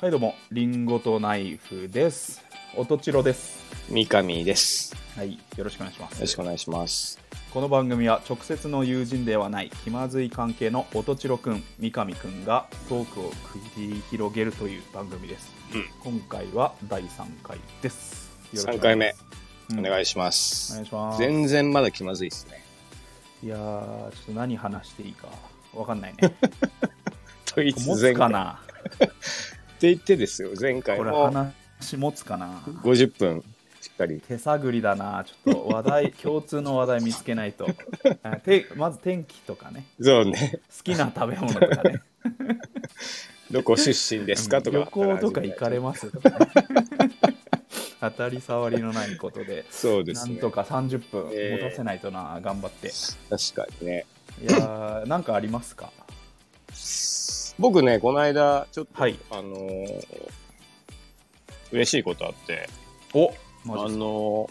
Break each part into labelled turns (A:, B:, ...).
A: はいどうもリンゴとナイフですおとちろです
B: 三上です。よ
A: はいよろしくお願いします
B: ろしくお願いします。
A: この番組は直接の友人ではない気まずい関係の音千代くん三上くんがトークを繰り広げるという番組です、今回は第3回ですよろしくお願いします
B: お
A: うん
B: 願いしま
A: お
B: す
A: 願い。します
B: 全然まだ気まずいですね。
A: いやーちょっと何話していいかわかんないね
B: と言いつ
A: 持
B: つ
A: つ
B: 前
A: か
B: 回っ
A: な
B: て言ってですよ。前回
A: これ
B: も
A: 話持つかな
B: 50分しっかり。
A: 手探りだなちょっと話 題共通の話題見つけないとあてまず天気とかね
B: そうね。
A: 好きな食べ物とかね
B: どこ出身ですかとか。
A: 旅行とか行かれ
B: ま。
A: ますとか、ね、当たり障りのないことです
B: そうで
A: な
B: す
A: ん
B: ね。
A: と
B: 確
A: か30分
B: えー
A: 持たせないとな、頑張って
B: かにね。
A: いやーなんかありますか
B: 僕ね、この間、ちょっと、
A: はい
B: あのー嬉しいことあって、
A: お
B: あ
A: マジっ
B: の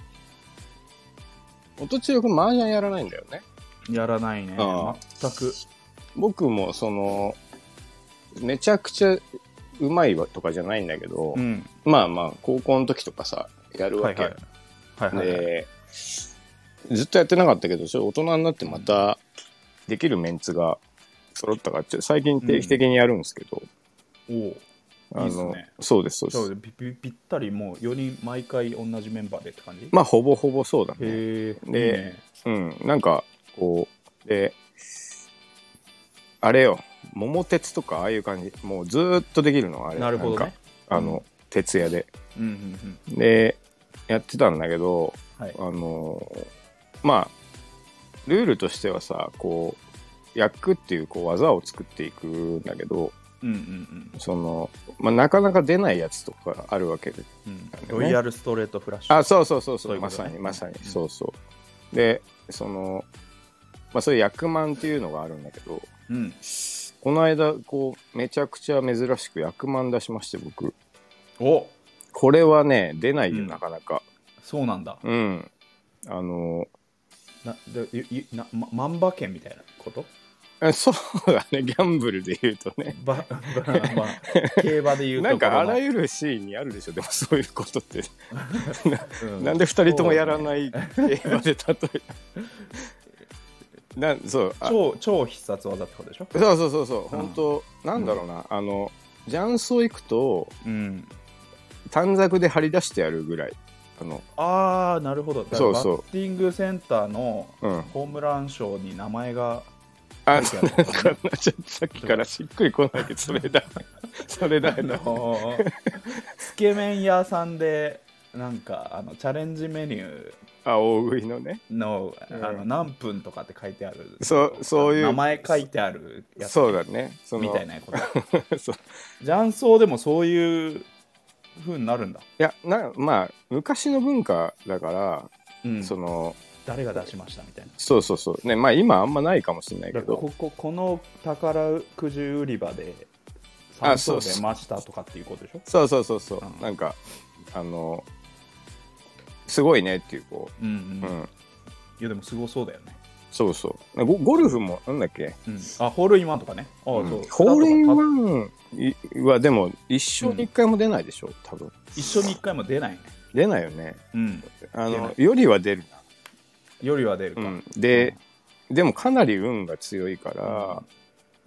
B: ー、音千代くん麻雀やらないんだよね。
A: すやらないね
B: ああ
A: 全く
B: 僕もそのめちゃくちゃうまいわとかじゃないんだけど、
A: うん
B: まあまあ高校の時とかさやる
A: は
B: わ
A: い
B: け、
A: はいはいはいはい、
B: でずっとやってなかったけどちょっと大人になってまたできるメンツが揃ったからちょ最近定期的にやるんですけど、
A: おううん
B: あの
A: いいっすね
B: そうですそうで
A: そう
B: す
A: ぴぴぴったりもう4人毎回同じメンバーでって感じ、
B: まあほぼほぼそうだね
A: へえ
B: でうんなんかこうであれよ桃鉄とかああいう感じもうずーっとできるのあれ
A: なるほど
B: なん
A: ね
B: かあの徹夜で
A: うんうんうん
B: でやってたんだけど
A: はい
B: あのまあルールとしてはさこう役っていうこう技を作っていくんだけど
A: うんうん
B: その、まあ、なかなか出ないやつとかあるわけで
A: うん
B: ね
A: ロイヤルストレートフラッシュ
B: あそうそうそうそ
A: そ
B: う
A: ういうこ
B: ま
A: とね
B: さにまさに、
A: うん
B: そうそうでそのまあそういう役満っていうのがあるんだけど
A: うん
B: この間こうめちゃくちゃ珍しく役満出しまして僕
A: お
B: これはね出ないよ、
A: うん
B: なかなか
A: そうなんだ
B: うんあの
A: なでゆゆな、ま、万馬券みたいな こと
B: えそうだね、ギャンブルで言うとね。
A: ばばまあ競馬で言うと
B: なんかあら
A: ゆ
B: ゆるシーンにあるでしょ、でもそういうことって。
A: る
B: なんで二人ともやら
A: い
B: ない競馬で例えなそうあ
A: 超超必殺技ってことでしょ
B: そうそうそうそう、本当、なんだろうな、あの、雀荘行くと
A: うん
B: 短冊で張り出してやるぐらい。あの、
A: ああなるほどだから
B: そうそう
A: バッティングセンターの
B: うん。
A: ホームラン賞に名前 が
B: あ、
A: 書い
B: そう
A: てある
B: なんかちょっとさっきからしっくりこないけど、それだ。それだ
A: あ
B: な。
A: の ーつけ麺屋さんでなんかあのチャレンジメニュ
B: あ、大食いのね。
A: ーの,、
B: うん
A: あの何分とかって書いてある
B: そうそういう
A: 名前書いてあるやつ
B: そうだね。その
A: みたいなこと
B: そう
A: 雀荘でもそういう風になるんだ、
B: いやなまあ昔の文化だから、
A: うん、
B: その
A: 誰が出しましたみたいな
B: そうそうそうねまあ今あんまないかもしれないけ
A: だから
B: ど
A: こここの宝くじ売り場で
B: あ
A: 3
B: そ
A: 層
B: う
A: 出ましたとかっていうことでしょ
B: そうそうそうそう、
A: うん
B: なんかあのすごいねっていうこ
A: うん
B: う、
A: う、
B: うん
A: い
B: ん
A: やでもすごそうだよね、
B: そうそうゴゴルフもなんだっけ、
A: うん、あホールインワンとかねああ、
B: うん
A: そう
B: ホールインワ
A: ン
B: ンいはでも一生に一回も出ないでしょ多分
A: 一緒に1回も出ないね
B: 出ないよね
A: うん
B: あ
A: 出
B: の
A: ない
B: よりは出る
A: よりは出るか、
B: な、うん、で、でもかなり運が強いから、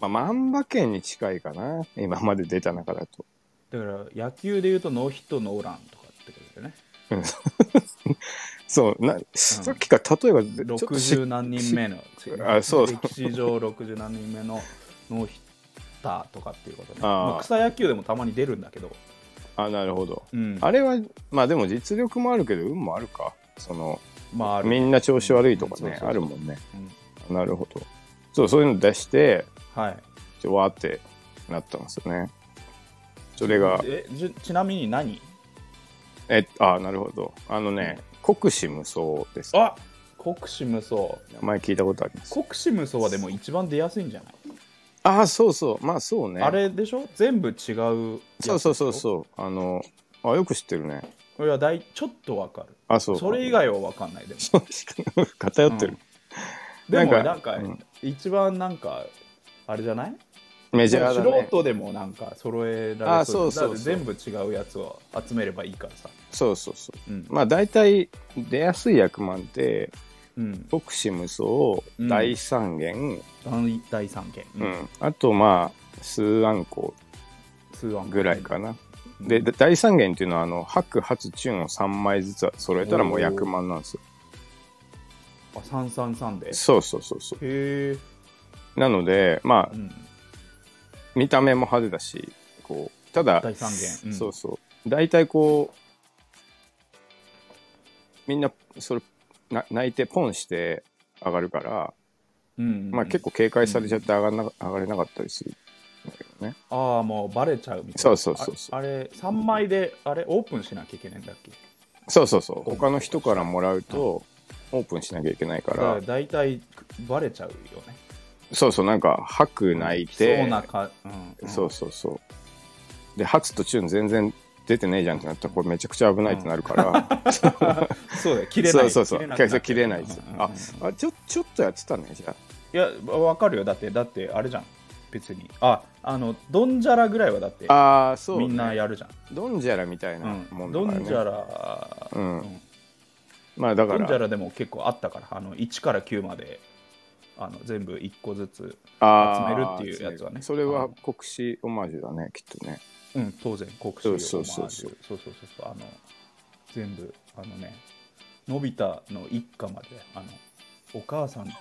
B: まあ万馬券に近いかな今まで出た中だと
A: だから野球でいうとノーヒットノーランとかってことだよね
B: そうな、さっきから例えばちょっとし
A: 60何人目の
B: あそう
A: 歴史上60何人目のノーヒッターとかっていうことね
B: あー
A: まあ、草野球でもたまに出るんだけど、
B: あなるほど
A: うん、
B: あれはまあでも実力もあるけど運もあるかその
A: まあある
B: みんな調子悪いとか
A: うんそうそう
B: ね
A: そう
B: あるもんね
A: うん
B: なるほどそうそういうの出して
A: はい
B: ちょわーってなったんですよねそれが
A: えじちなみに何
B: えあなるほどあのね国士無双です
A: あ国士無双
B: 名前聞いたことあります
A: 国士無双はでも一番出やすいんじゃない、
B: あそうそうまあそうね
A: あれでしょ全部違う
B: そうそうそう
A: う
B: そうあのあよく知ってるね
A: いやだいちょっとわかる
B: あそう
A: それ以外はわかんないでも
B: そう 偏ってる、
A: でも
B: なんか
A: なんか
B: うん
A: 一番なんかあれじゃない
B: メジャーだ
A: 素
B: ね。
A: 人でもなんか揃えられ
B: あ
A: そう
B: そうそうそう
A: だから全部違うやつを集めればいいからさ
B: そうそうそう。
A: うん
B: まあ大体出やすい役満って、
A: うん
B: ボクシムソ
A: うん
B: ウ、大三元、う
A: 第
B: ん
A: 第3件
B: あとまあ、スーアンコ
A: 通案
B: ぐらいかな。
A: うん
B: で、で大三元っていうのは、あの、白、発、チューンを3枚ずつ揃えたらもう役満なんですよ。
A: あ333でへ
B: そうそうそうそ
A: え
B: う。なので、ま
A: う
B: あ、
A: ん
B: 見た目も派手だし、こう、ただ、
A: 大三元うん
B: そうそう。大体こう、みんな、それ、な泣いてポンして上がるから、
A: うん
B: まあ結構警戒されちゃって上がんな、上がれなかったりするんだけどね。
A: ああもうバレちゃうみたい
B: そ
A: な
B: うそうそうそう
A: ああれ3枚であれオープンしなきゃいけないんだっけ
B: そうそうそう。他の人からもらうと、オープンしなきゃいけないか
A: だからら、大体バレちゃうよね
B: そうそう、なんか、白泣いて、
A: そうなか、うんうん、
B: そうそうそう。で、初とチューン全然出てねえじゃんってなったら、これめちゃくちゃ危ないってなるから、
A: そうだよ 切れない
B: そうそうそう
A: なくなっちゃ
B: 切れないですよ
A: うんうんうん
B: ああちょちょっとやってたね、じゃあ。
A: いやわかるよだってだってあれじゃん別にああのドンジャラぐらいはだって
B: ああー、そう、
A: みんなやるじゃん
B: ドンジャラみたいな
A: う
B: も
A: ん
B: んだ
A: ド
B: からね。
A: ンジャラ、
B: うん
A: うん
B: まあだか
A: ドンジャ
B: ら、
A: ラでも結構あったからあの1から9まであの全部1個ずつ、
B: あー
A: 集めるっていうやつはね
B: それは国士オマージュだね、きっとね。
A: うん、当然国士を
B: そうそ
A: オ
B: う
A: マージュそうそうそうそうあの全部あのねのび太の一家まであのお母さんと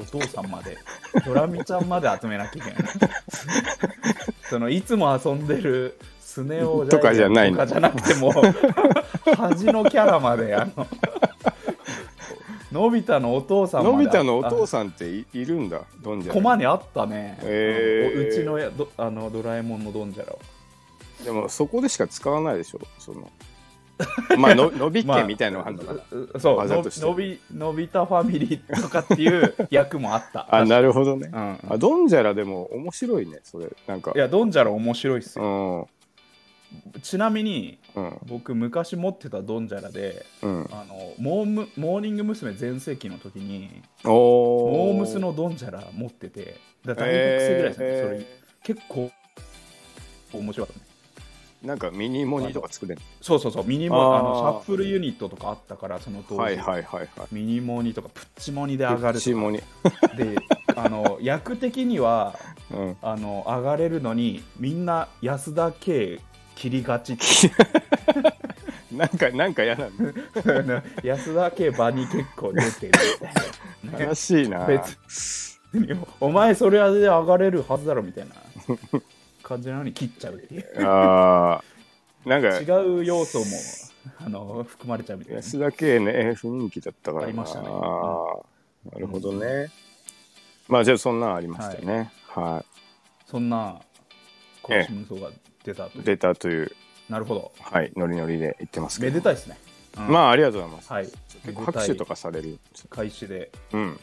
A: お父さんまで ドラミちゃんまで集めなきゃいけないそのいつも遊んでるスネ夫
B: とかじゃない
A: と
B: の
A: かじゃなくて も端のキャラまであののび太のお父さんまで
B: のび太のお父
A: さ
B: さんっていいるんだ、ドンジャラ。
A: コマにあったね、
B: へー
A: うちのやどあのドラえもんのドンジャラを
B: でもそこでしか使わないでしょそ のまあの伸び家みたいなのがあるのかな、
A: うそう
B: わざとして
A: ののびのび太ファミリーとかっていう役もあった
B: あなるほどね、
A: うん
B: あドンジャラでも面白いねそれなんか
A: いやドンジャラ面白いっす
B: う
A: よ、
B: んうん
A: ちなみに
B: うん
A: 僕昔持ってたドンジャラで
B: うん
A: あのモームモーニング娘。全盛期の時に
B: お
A: モームス
B: ス
A: のドンジャラ持っててだから大学生ぐらいですね、それ結構面白かったね
B: なんかミニモニとか作れる
A: そうそうそうミニモあのシ
B: あー
A: ャッフルユニットとかあったからその当時、
B: はいはいはいはい
A: ミニモニとかプッチモニで上がる
B: プチモニ、
A: であの役的には
B: うん、
A: あの上がれるのにみんな安田圭切りがちって
B: なんかなんか 嫌なんだ
A: 安田圭場に結構出てるみたいな
B: 悲しいな
A: 別にお前それで上がれるはずだろみたいな感じなのに切っちゃうっていう
B: あーなんか
A: 違う要素もあの含まれちゃうみたいな
B: 安田圭ね雰囲気だったからな
A: ありましたねうん
B: あーなるほどね、まあじゃあそんなんありましたねは
A: そんな今週無双が出たとい
B: い、
A: う
B: 出たという
A: なるほど
B: はい、ノリノリで言ってますけ
A: め
B: ど。
A: でたいですね、うん
B: まあ、ありがとうございます。
A: はい
B: 結構拍手と
A: か
B: かされる。
A: 開始で、
B: うん。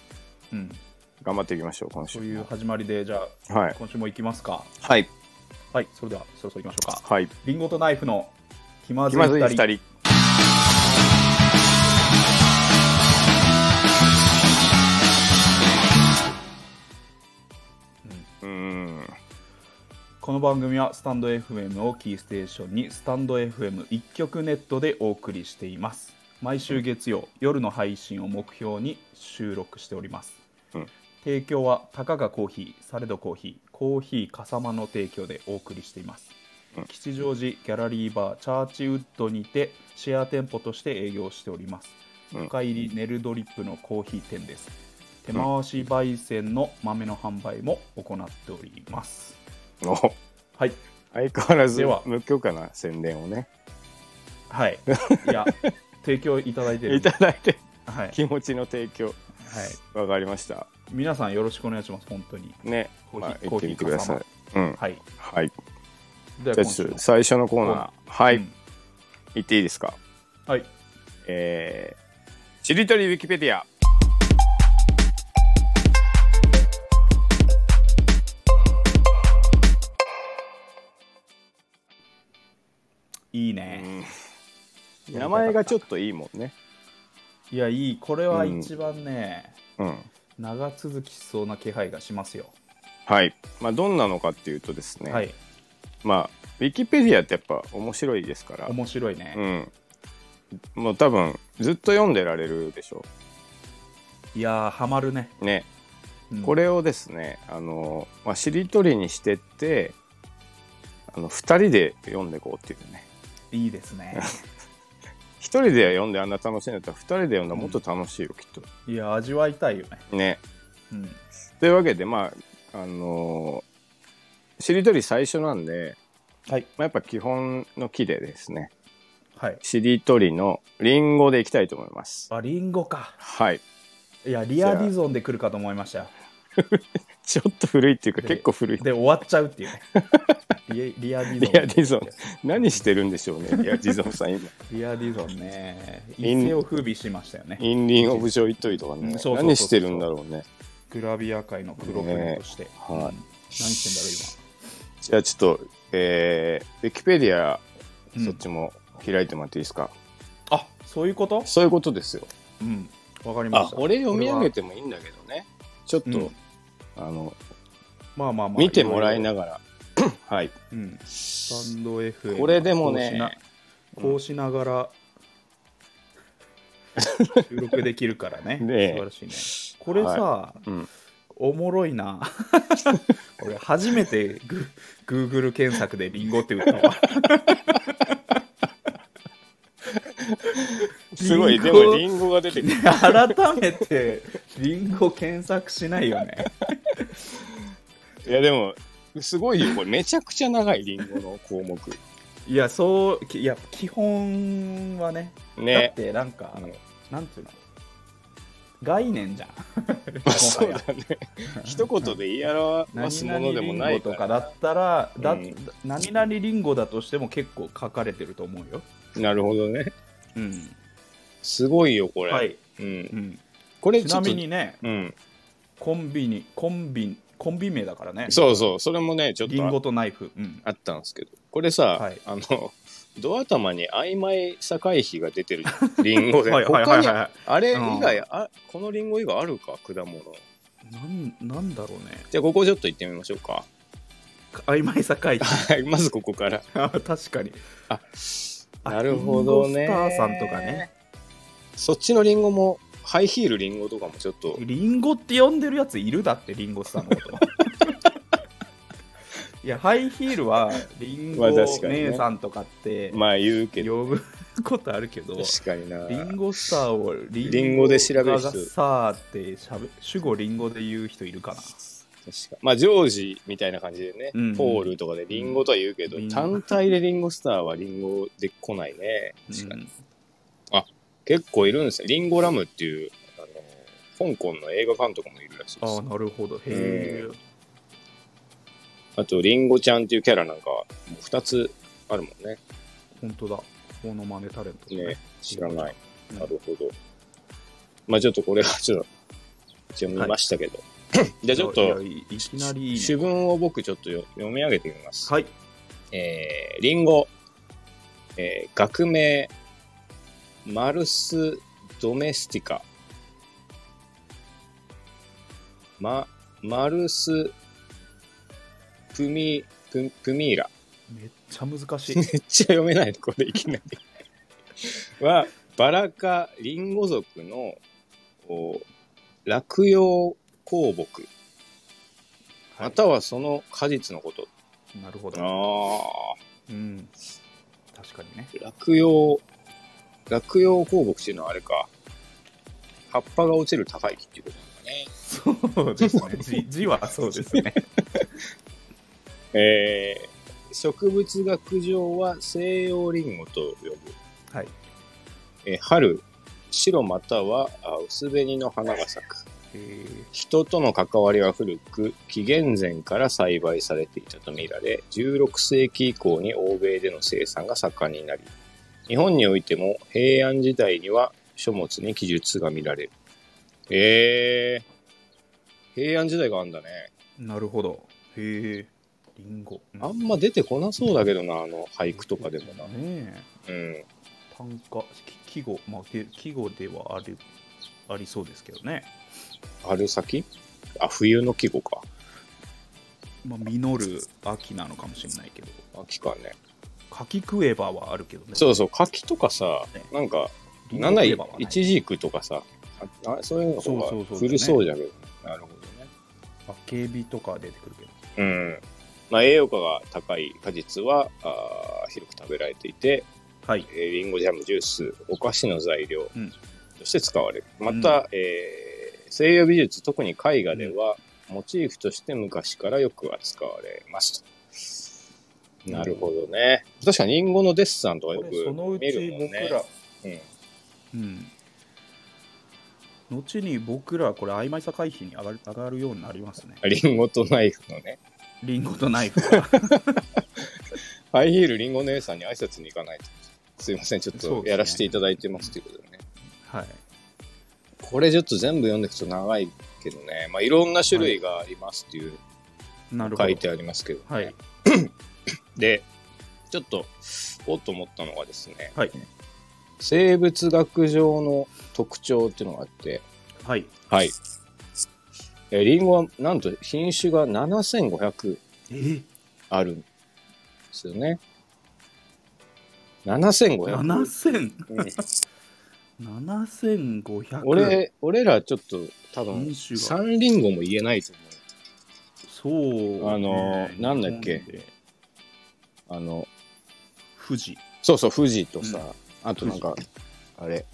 A: うん、
B: 頑張っていきましょう、今週
A: そう
B: も。
A: いう始まりでじゃあ
B: はい。
A: 今週も行きますか
B: はい。
A: はいそれではそろそろ行きましょうか
B: はい。
A: リンゴとナイフの気ま
B: 気
A: ずい
B: まずい
A: 2人
B: 二人。うーん。
A: この番組はスタンド FM をキーステーションにスタンド FM1 曲ネットでお送りしています毎週月曜夜の配信を目標に収録しております、
B: うん
A: 提供はたかがコーヒーサレドコーヒーコーヒーかさまの提供でお送りしています、
B: うん
A: 吉祥寺ギャラリーバーチャーチウッドにてシェア店舗として営業しております
B: うん
A: 深入りネルドリップのコーヒー店です手回し焙煎の豆の販売も行っております、
B: お
A: はい
B: 相変わらず
A: では
B: 無許可な宣伝をね、
A: はい。いや、提供いただいてる
B: い
A: んで。
B: ただいて、
A: はい。はい。
B: 気持ちの提供、わかりました。
A: 皆さんよろしくお願いします、本当に。
B: ね、
A: コーヒー
B: まあ、
A: コー
B: 行
A: ヒー
B: ってみてください。うん。
A: はい。
B: はい。
A: では、
B: じゃあ
A: 今
B: ち
A: 週
B: ょっ
A: の
B: と最初のコー
A: コー
B: ナー。は
A: う
B: い
A: ん。
B: 行っていいですか
A: はい。
B: えー、しりとりウィキペディア。
A: いいね。
B: 名前がちょっといいもんね。
A: いや、いい。これは一番ね、
B: うん。
A: 長続きしそうな気配がしますよ。
B: はい。まあ、どんなのかっていうとですね、
A: はい
B: まあ、ウィキペディアってやっぱ面白いですから、
A: 面白いね、
B: うん。もう多分、ずっと読んでられるでしょ
A: いやーハマるね、
B: う。ね。
A: うん
B: これをですね、あの、まあ、しりとりにしてって、あの、二人で読んでいこうっていうね。
A: いいです ね
B: 一人で読んであんな楽しいんだったら、二人で読んだらもっと楽しいよ、きっ
A: いや味わいたいよね、
B: と。ね。
A: うん、
B: というわけで、まあ、あのしりとり最初なんで、
A: はい
B: まあ、やっぱ基本の木でですね、
A: はい
B: しりとりのリンゴでいきたいと思います。
A: あリンゴか
B: はい。
A: いやリアリゾンで来るかと思いましたよ
B: ちょっと古いっていうか、
A: で
B: 結構古い。
A: で終わっちゃうっていう ねリリアリゾン
B: リアリゾン何してるんでしょうね、リアジゾンさん、今。
A: リアディゾンね、
B: イン
A: 一世を風靡しましたよね。
B: インリンオブジョイトイとか
A: うんそ
B: ね
A: うそうそう。そう
B: 何してるんだろうね。
A: グラビア界の黒船として。
B: はい
A: うん何して
B: じゃあちょっと、えー、ウィキペディア、
A: んだろう、今。
B: そっちも開いてもらっていいですか。
A: うんあそういうこと
B: そういうことですよ。
A: うん。わかりま
B: あ
A: し、た。
B: 俺読み上げ
A: こ
B: てもいいんだけどね。ちょっと、
A: うん
B: あ
A: れ
B: の、
A: はまあまあまあ。
B: 見てもらいながら。はい。
A: いろいろ。うん。スタンド FM。
B: これでもね
A: こうしな、こうしながら、収録できるからね。
B: ねえ
A: 素晴らしいね。これさ、
B: うん。
A: おもろいな。 俺、初めてグ Google 検索でリンゴって打ったわ。
B: すごい、
A: リ
B: で
A: ンゴ
B: もリンゴが出 てくる。
A: 改めてリンゴ検索しないよね
B: いや、でも、すごいよ。これめちゃくちゃ長いリンゴの項目。
A: いやそうきいや基本はねだ っ
B: ね。
A: てなんか、
B: うん
A: なんていうの概念じゃん
B: まあ、 そうだ ね。一言で言い表
A: 何
B: すも
A: 々
B: ので
A: リ
B: も
A: ン
B: な
A: ゴ
B: い
A: と
B: か。
A: からだったら、だ
B: うん
A: 何々リンゴだとしても結構書かれてると思うよ、
B: なるほどね。
A: うん、
B: すごいよ、これ。
A: はい、
B: うん。
A: うん、
B: これ
A: ち
B: ちょ
A: な
B: っと
A: み、にね
B: うん。
A: コンビニコンビコンビ名だからね
B: そうそう、それもね、ちょっ
A: リン
B: と
A: ゴとナイフ、うん、
B: ああったんですけど、これさ、
A: はい
B: あの、 ドア頭に曖昧境比が出てるじゃ ん。リンゴで。
A: はいはいはいはい
B: 他に
A: は
B: あれ以外、
A: う
B: あこのリンゴ以外あるか、果物。
A: いなんなんだろうね
B: じゃあ、ここちょっと行ってみましょうか。
A: 曖昧さ回避
B: はい、まずここから。
A: あ確かに
B: あ
A: あ
B: なるほど
A: リン
B: ね
A: ゴスターさんとかね
B: そっちのリンゴも、ハイヒールリンゴとかもちょっと、
A: リンゴって呼んでるやついるだってリンゴスターのこといやハイヒールはリンゴ
B: まあ確かにね
A: 姉さんとかって
B: まあ言うけど、
A: 呼ぶことあるけど、
B: 確かにな。
A: リンゴスターをリ
B: リンゴで調べる人
A: がさあってしゃべ主語リンゴで言う人いるかな
B: 確かまあジョージみたいな感じでね、
A: うん
B: ポールとかでリンゴとは言うけど、
A: うん
B: 単体でリンゴスターはリンゴで来ないね確かに、
A: うん
B: 結構いるんですよリンゴラムっていうあの香港の映画監督もいるらしい
A: あ
B: で
A: あ
B: す
A: なるほどへえ、
B: あとリンゴちゃんっていうキャラなんかもう2つあるもんね
A: 本当だモノマネタレント
B: ね知らない、
A: うん
B: なるほどまあちょっとこれはちょっと一応見ましたけど、じゃあちょっ
A: いや
B: と
A: いやいきなりいいね
B: 主文を僕ちょっとよ読み上げてみます
A: はい
B: えー、リンゴ、えー学名、マルス・ドメスティカ、ま、マルス・プミ、ププミーラ。
A: めっちゃ難しい
B: めっちゃ読めないの、これいきなり。は、バラ科リンゴ属の、お落葉香木、
A: はい
B: またはその果実のこと。
A: なるほど
B: ああ。
A: うん。確かにね。
B: 落葉、落葉香木っていうのはあれか、葉っぱが落ちる高い木っていうことなんだね。
A: そうですね。字字はそうですね。
B: えー、植物学上は西洋リンゴと呼ぶ。
A: はい。
B: えー春、白またはあ薄紅の花が咲く。
A: え
B: 人との関わりは古く、紀元前から栽培されていたとみられ、16世紀以降に欧米での生産が盛んになり、日本においても平安時代には書物に記述が見られる。えー、平安時代があんだね。
A: ー、なるほど。へえ。りんご。
B: あんま出てこなそうだけどな、あの俳句とかでもな。
A: ねえ。
B: うん。
A: 単価、き季語、まあ、で季語ではある、ありそうですけどね。
B: 春先あ、冬の季語か。
A: まあ、実る秋なのかもしれないけど
B: 秋かね。
A: 柿食えばはあるけどね
B: そうそう、柿とかさ
A: ね、
B: なんか、
A: リンゴ
B: なんだ
A: 食
B: い
A: えばはない
B: 一軸とかさ、ああそういうの
A: そうそう
B: が
A: そう
B: 古そうじゃけど、なるほ
A: あけびとか出てくるけど
B: どね。うん。まあ、栄養価が高い果実はあー広く食べられていて、
A: はい
B: えーリンゴジャム、ジュース、お菓子の材料
A: うん
B: として使われる。ま
A: うん
B: た、えー西洋美術、特に絵画では、モチーフとして昔からよく扱われますと。なるほどね。確かにリンゴのデッサンとかよ
A: こ
B: く
A: れそのう
B: 見る
A: ち
B: もん
A: 僕
B: ね。
A: ら、
B: うん
A: うん後に僕らこれ曖昧さ回避に上がる上がるようになりますね
B: リンゴとナイフのね。
A: リンゴとナイフが
B: ハイヒールリンゴ姉さんに挨拶に行かないと。すいません、ちょっ
A: そうで
B: と
A: すね
B: やらせていただいてますということでね。
A: はい
B: これちょっと全部読んでいくと長いけどね。まあ、いろんな種類がありますっていう、
A: なるほど
B: 書いてありますけど、ね
A: はい
B: で、ちょっと、おっと思ったのがですね、
A: はい
B: 生物学上の特徴っていうのがあって、
A: はい
B: はい。えリンゴはなんと品種が7500
A: えー、
B: あるんですよね。7500。
A: 7000
B: うん
A: 7500
B: 俺、俺らちょっと多分、
A: 品種が
B: 三リンゴも言えないと思
A: そ
B: う。
A: うね、
B: あのーなんだっけ
A: 日本で
B: あの、
A: 富士
B: そうそう、富士とさ、
A: うん
B: あとなんか、あれ、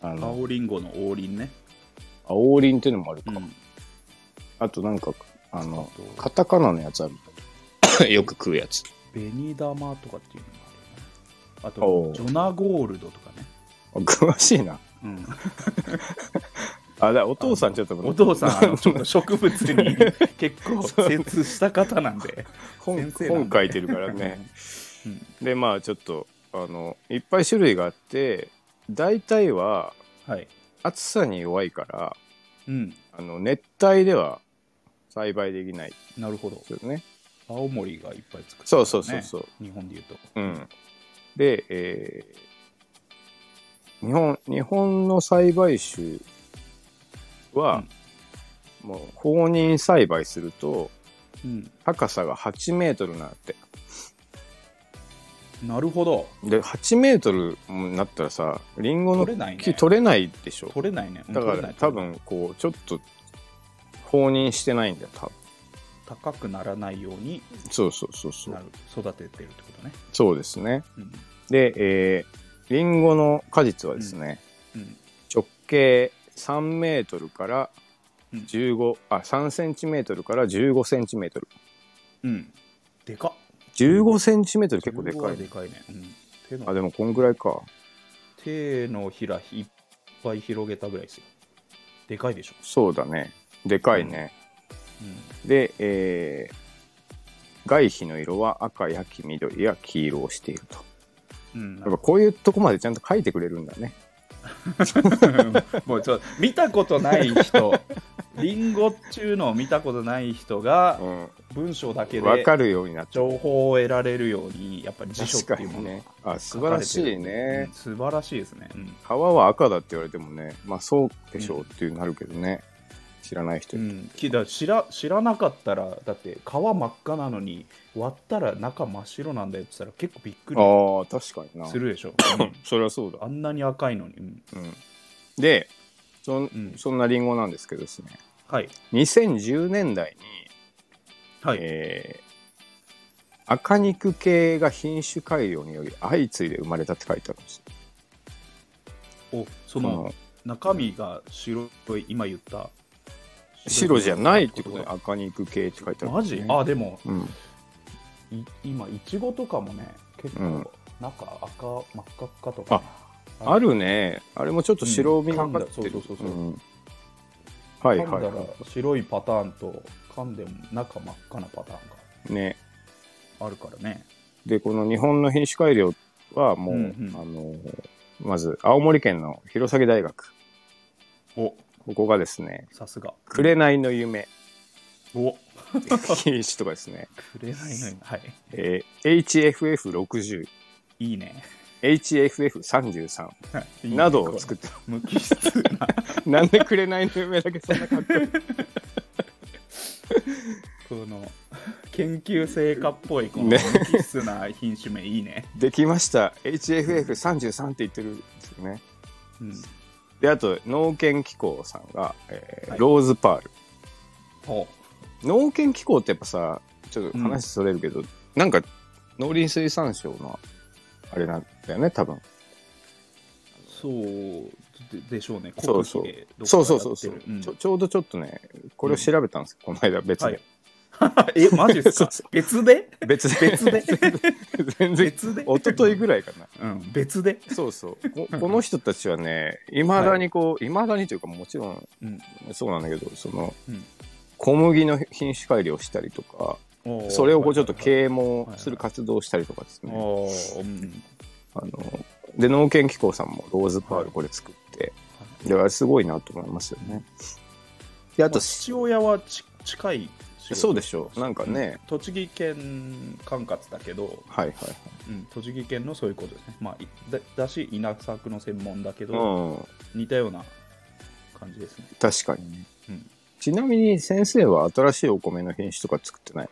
B: あの、
A: 青リンゴの王林ね、
B: 青林っていうのもある
A: う
B: か。
A: ん、
B: あとなんか、あの、
A: あ
B: カ
A: と
B: タカナのやつある。 よく食うやつ。
A: 紅玉とかっていうのもあるよねあ
B: おう
A: とジョナゴールドとかね、
B: あ詳しいな。
A: うん、
B: あ、だお父さんちょっと、
A: お父さんあのちょっと植物 に結構精通した方なんで、
B: 本
A: 先生なんで
B: 本書いてるから ね。
A: うん、
B: で、まあちょっと、あの、いっぱい種類があって、大体は
A: はい、
B: 暑さに弱いから、
A: うん、
B: あの、熱帯では栽培できない
A: なるほど
B: ですよね。
A: 青森がいっぱい作ってる、ね、
B: そうそうそうそう。
A: 日本でいうと
B: うん。で、えー日本、日本の栽培種は、もう、放任栽培すると、
A: うん
B: 高さが8メートルなんだって。
A: なるほど
B: で、8メートルになったらさ、リンゴの
A: 取れないね
B: 木取れないでしょ。
A: 取れないねうん
B: だか
A: 取れな
B: ら
A: い
B: 多分、こう、ちょっと、放任してないんだよ、多分。
A: 高くならないように
B: そうそうそうそ
A: な
B: う。
A: る育ててるってことね、
B: そうですね。
A: うん
B: で、えー、リンゴの果実はですね、
A: うん、
B: 直径3メートルから
A: うん
B: 15あ3センチメートルから15センチメートル
A: うん、でかっ
B: 15センチメートル結構で
A: 15
B: か
A: はいでかいね、うん、手の
B: あでもこんぐらいか
A: 手のひらいっぱい広げたぐらいですよでかいでしょ、
B: そうだねでかいね、で、えー外皮の色は赤や黄緑や黄色をしていると
A: うんうん、
B: やっぱこういうとこまでちゃんと書いてくれるんだね
A: もうちょっと見たことない人リンゴっちゅうのを見たことない人が
B: うん
A: 文章だけ
B: 分
A: で
B: かるようになって
A: 情報を得られるようにやっぱり辞書って
B: 確か
A: いうも
B: に
A: の
B: ね
A: が
B: あ
A: 書
B: 素晴
A: かられてる
B: しいね
A: うん、素晴らしいですね、うん
B: 皮は赤だって言われてもねまあそうでしょうっていうなるけどね、知らない人
A: う
B: に
A: ん、きだ知ら知らなかったらだって皮真っ赤なのに割ったら中真っ白なんだよって言ったら結構びっくり
B: ああ確かにな
A: するでしょ、うん
B: それはそう
A: あんなに赤いのに、うん
B: うん、でそん
A: うん
B: そんなリンゴなんですけどですね
A: はい
B: 2010年代に、
A: はい、
B: えー赤肉系が品種改良により相次いで生まれたって書いてあるんですよ
A: おそ
B: こ
A: の
B: の
A: 中身が白い今言った
B: 白じゃないってことで
A: だ
B: 赤肉系って書いてあるん
A: マ
B: です
A: ジ
B: ね、
A: あでも
B: うん、
A: い今いちごとかもね結
B: うん
A: 構中赤、真っ赤っかとかね、
B: あるねあれもちょっと白身がかっ
A: うん噛んだそう
B: てる
A: そうそうそう
B: うんはい
A: 噛ん
B: はい
A: だ
B: は
A: ら白いパターンと噛んでも中真っ赤なパターン
B: いね
A: があるからね
B: でこの日本の品種改良はもう、
A: うんうん
B: あのまず青森県の弘前大学
A: お
B: ここがですね
A: さすが
B: 「紅の夢
A: お」
B: 品種とかですね、
A: くれないのにはい
B: えー、
A: いいね
B: HFF60HFF33
A: いいね
B: などを作って
A: これ無機質な
B: なんで「紅の夢」だけそんなかっこいい
A: こ研究成果っぽいこの無
B: ね
A: 機質な品種名いいね、
B: できました。HFF33 って言ってるんですよね。
A: うん、
B: で、あと、農研機構さんが、えー
A: はい
B: ローズパール。
A: ほ
B: 農研機構ってやっぱさ、ちょっと話それるけど、なんか、農林水産省の、あれなんだよね、多分。
A: うそうででしょうね
B: そうそう
A: 国費でどっか
B: そうそうそうそ
A: や
B: う
A: って、るん
B: ちょ。ちょうどちょっとね、これを調べたんですよ、この間別で。
A: はい えマジですか
B: そうそ
A: 別で
B: 別で。
A: 別 で
B: 全然、
A: 別で
B: 一昨日ぐらいかな。
A: うん、別で、
B: そうそうここの人たちはねいまだにこういま、未だにというかもちろん
A: うん、
B: そうなんだけどその、
A: うん
B: 小麦の品種改良したりとか
A: おー
B: それをこうちょっと
A: はい
B: 啓蒙する活動をしたりとかです
A: はい
B: ね、
A: はいおーうん
B: あので農研機構さんもローズパー
A: は
B: ル
A: い
B: これ作って、であれすごいなと思いますよね。であ
A: ま
B: と、
A: あ父親はち近い仕事
B: そうでしょうなんかね、
A: うん栃木県管轄だけど、
B: はいはいはい
A: うん、栃木県のそういうことですねまあいだだし稲作の専門だけど、
B: うん、
A: 似たような感じですね
B: 確かにね、
A: うん
B: ちなみに先生は新しいお米の品種とか作ってない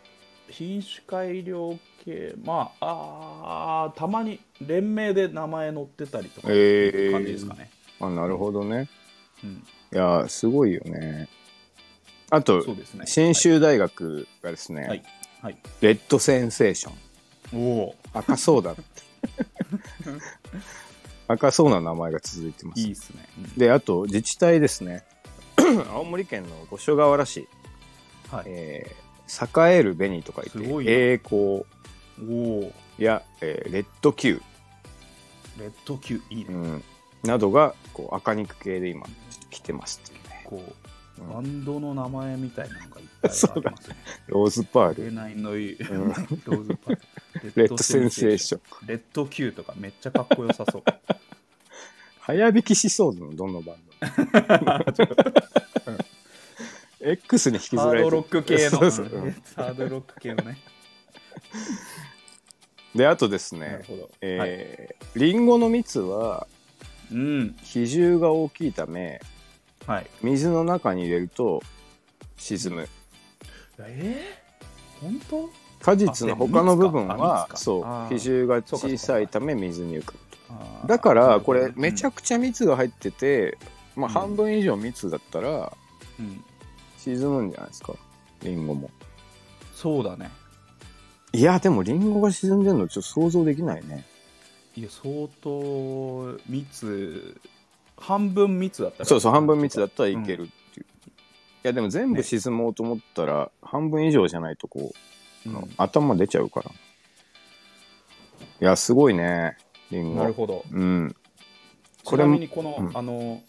A: 品種改良系まああーたまに連名で名前載ってたりとか
B: へー
A: 感じですかね、
B: あなるほどね
A: うん、
B: いやーすごいよねあと
A: そうですね
B: 信州大学がですね、
A: はいはい
B: レッドセンセーション
A: おお
B: 赤そうだって赤そうな名前が続いてま
A: い
B: す
A: いっすね、うん
B: であと自治体ですね 青森県の五所川原市、
A: はい、
B: えー、栄える紅とか
A: す
B: 言っ
A: ごい
B: て
A: な
B: 栄光
A: おお
B: や、えーレッドキュ
A: レッド級いいね、
B: ー、うん、などがこう赤肉系で今来てますっていうね、
A: こう
B: うん
A: バンドの名前みたいなのがいっぱいありますね。
B: ローズパール、
A: A9 のいい、
B: う ん
A: ローズパール
B: レッドセンセーション
A: ョン。レッド Q とかめっちゃかっこよさ そう。
B: 早引きしそうなのどのバンドも X に引きず
A: ハ
B: られ
A: ー
B: て
A: ドロック系の。
B: そうそううん
A: ハードロック系のね。
B: であとです
A: な
B: ね
A: るほど。はい、
B: えーリンゴの蜜は
A: うん。
B: 比重が大きいため
A: はい。
B: 水の中に入れると沈む
A: えー、本当
B: 果実の他の部分
A: あ
B: は
A: で蜜かあ蜜か
B: そ
A: あー
B: う比重が
A: そうかそう
B: 小
A: か
B: さいため水に浮く
A: あー
B: だからこれめちゃ
A: く
B: くちゃ蜜が入ってて、まあ、
A: うん
B: 半分以上蜜だったら
A: うんうん
B: 沈むんじゃないですかリンゴも
A: そうだね。
B: いやでもリンゴが沈んでるのちょっと想像できないね
A: いや、相当密、半分密だったら。
B: そうそう半分蜜だったらいけるっていう、いやでも全部沈もうと思ったら、半分以上じゃないとこ
A: う
B: う、
A: ん。
B: 頭出ちゃうからいやすごいねりん
A: なるほ
B: ご
A: ど。
B: うん こ
A: ち
B: れ
A: な
B: も
A: みにこの、
B: うん
A: あの、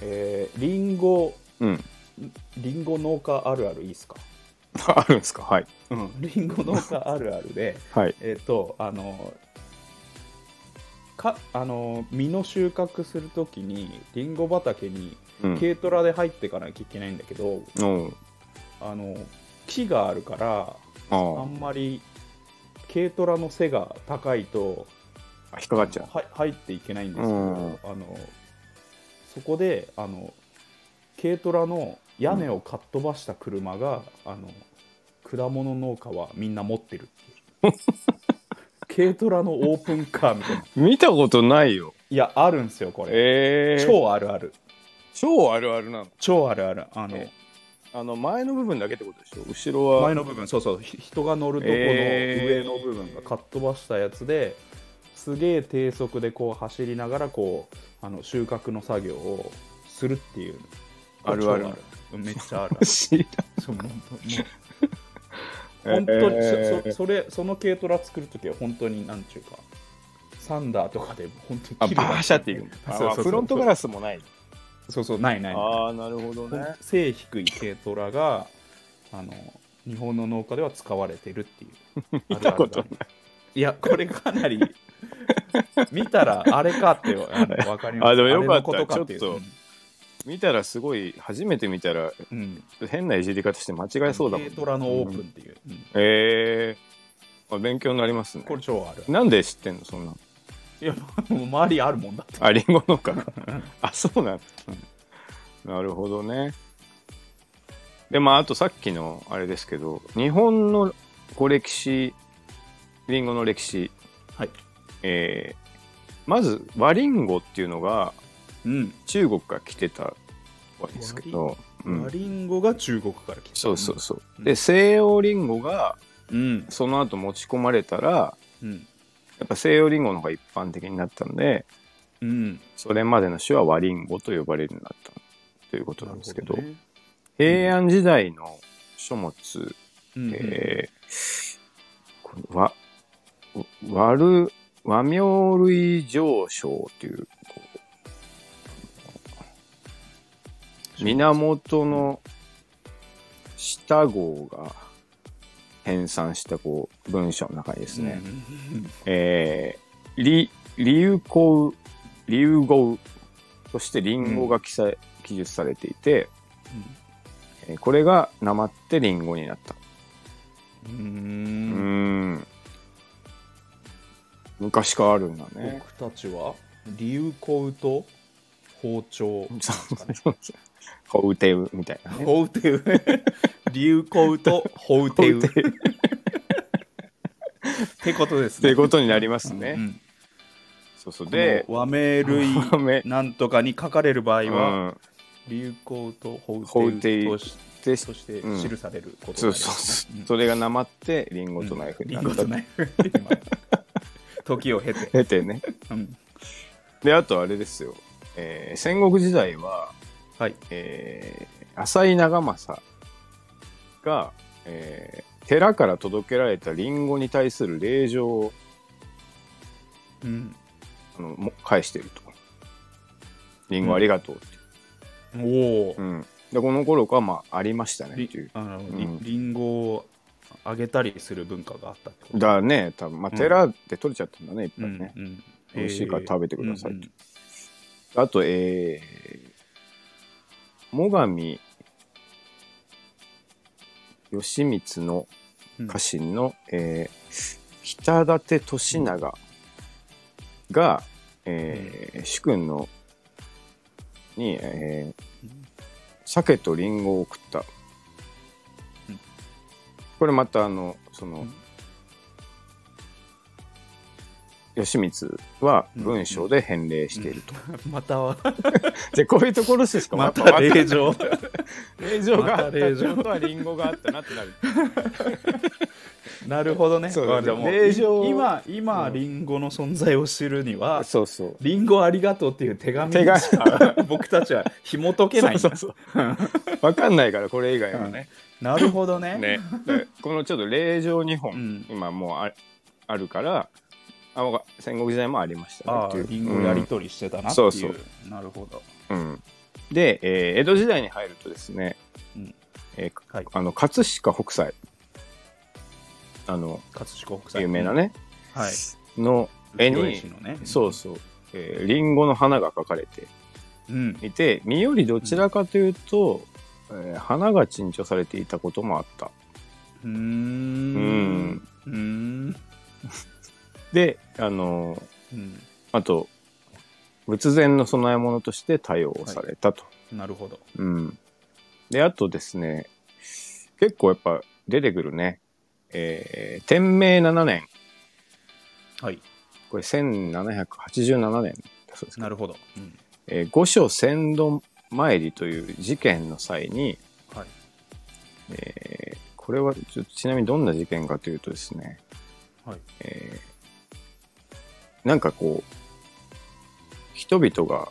A: えー、リンゴ、
B: うん
A: リンゴ農家あるあるいいですか、
B: あるんですかはい
A: うん、リンゴ農家あるあるで、
B: はい
A: えっ、と、あの、かあの実の収穫するときにリンゴ畑に
B: うん
A: 軽トラで入っていかなきゃいけないんだけど、
B: うん
A: あの木があるから
B: あ
A: あ
B: ー
A: んまり軽トラの背が高いと
B: あ引っかかっちゃう
A: は入っていけないんですけど、
B: うん
A: あのそこであの軽トラの屋根をかっ飛ばした車が、あの果物農家はみんな持ってるってい う軽トラのオープンカーみたいな
B: 見たことないよ
A: いやあるんですよこれ、
B: ええ
A: 超あるある
B: 超あるあるなの
A: 超あるあるあの、
B: えあの前の部分だけってことでしょ後ろは
A: 前の部分そうそうひ人が乗るとこの上
B: えー
A: の部分がかっ飛ばしたやつですげえ低速でこう走りながらこうあの収穫の作業をするっていう
B: あるある
A: 超うんめっちゃ ある
B: 知ら
A: そうもうもう
B: ない
A: 本当に、
B: え
A: そそそれその軽トラ作るときは本当になんちゅうかサンダーとかで本当に
B: あ
A: 切るだけ
B: バーシャっていくの
A: そうそう
B: あ
A: そう
B: フロントガラスもない
A: そうそうないないない
B: ああなるほどね
A: 背低い軽トラがあの日本の農家では使われてるっていう 見
B: たことない
A: いやこれかなり見たらあれかってあの分かります
B: あでもよかった
A: あれのことかっていう
B: ちょっと見たらすごい初めて見たら
A: うんうん
B: 変ないじり方して間違えそうだもん
A: 軽トラのオープンっていう、うん
B: えー、あ勉強になりますね
A: これ超ある
B: なんで知ってんのそんない
A: やもう周りあるもんだって
B: ありんご農家があそうなんだなるほどねでまああとさっきのあれですけど日本のこう歴史リンゴの歴史、
A: はい
B: えーまず和リンゴっていうのが
A: うん。
B: 中国から来てたわけですけど、うん
A: マリンゴが中国から来た。
B: そうそうそう、
A: うん
B: で西洋リンゴが
A: うん。
B: その後持ち込まれたら
A: うん。
B: やっぱ西洋リンゴの方が一般的になったんで
A: うん。
B: それまでの種は和リンゴと呼ばれるようになったということなんですけど
A: なるほね
B: 平安時代の書物、
A: うん
B: えーこのわ和る和名類上昇というこう源の下号が編纂したこう文章の中にですね、。
A: うん
B: えー、り、流行、流行としてリンゴが記載、記述されていて、えーこれがなまってリンゴになった。
A: う。
B: うんん。昔からあるんだね。
A: 僕たちは、流行と包 丁。
B: そうそうそう。ホウテウみたいなね。
A: ホウ テウ。流行とホウテウ。っ
B: ホウテウって
A: ことですね。
B: てことになりますね。
A: うん
B: そうそう。
A: で
B: で、、
A: 和名類
B: 和名
A: なんとかに書かれる場合
B: う
A: は、
B: ん。
A: 流行と
B: ホ
A: 法
B: ウテ
A: 廷
B: イ
A: とし
B: で、そ
A: そうして
B: うん
A: 記されること
B: そう
A: になります
B: そ
A: ね
B: う。それがなまってリンゴとナイフに
A: リ
B: な
A: ン
B: っ
A: ゴ
B: た
A: と。ナイフ時を経て、
B: 経てね。
A: うん
B: で、あとあれですよ。えー戦国時代は、
A: はい
B: えー浅井長政が、えー寺から届けられたリンゴに対する令状を
A: うん、
B: あのも返していると。リンゴありがとうって。
A: おお、
B: うんでこの頃からまあありましたねってい
A: り
B: う。
A: あの
B: ん
A: りリンゴをあげたりする文化があったってこと
B: だね多分まあ
A: うん
B: 寺で取れちゃったんだね、いっぱ
A: う
B: い
A: ん
B: ね。
A: うん
B: 美味しいから食べてくださいと
A: うん
B: あとえー、最上義満の
A: うん
B: 家臣の、えー北舘利長が、えー主君のに、えー
A: うん
B: 鮭とリンゴを送った、
A: うん
B: これまたあのその、
A: うん
B: 義満は文章で返礼していると、
A: または
B: でこういうところしか
A: また
B: 分かんない
A: 令 状
B: 令状があったって
A: また令状
B: ことはリンゴがあったなってなる
A: なるほどね
B: そう
A: わかったもう
B: 令状
A: 今今
B: うん
A: リンゴの存在を知るには
B: そうそう
A: リンゴありがとうっていう手紙
B: 手紙
A: しか 僕たちは紐解けないんだ
B: そうそうそう分かんないからこれ以外はね,、
A: なるほどね。
B: ねでこのちょっと令状2本、
A: うん
B: 今もうああるからあわか戦国時代もありましたね
A: あ
B: っ
A: あ
B: ていう
A: リンゴやり取りしてたなっていう。
B: うんそう
A: なるほど。
B: うんうんで、えー江戸時代に入るとですね、
A: うん
B: えー
A: はい
B: あの葛飾北斎あの
A: 葛飾北斎。
B: 有名な。ね、
A: はい。
B: の絵
A: 浮世絵
B: に
A: 師のね。
B: そうそう、えーリンゴの花が描かれて
A: うん。
B: いて身よりどちらかというと、えー花が珍重されていたこともあった
A: うーん。うーん。
B: であのー
A: うん。
B: あと仏前の供え物として対応されたと、
A: なるほど。
B: うんであとですね結構やっぱ出てくるねえー天明7年
A: はい。
B: これ1787年だそうです
A: なるほど。うん。
B: えー御所千度参りという事件の際に、
A: はい。
B: えーこれはちょちなみにどんな事件かというとですね、
A: はい。
B: えーなんかこう人々が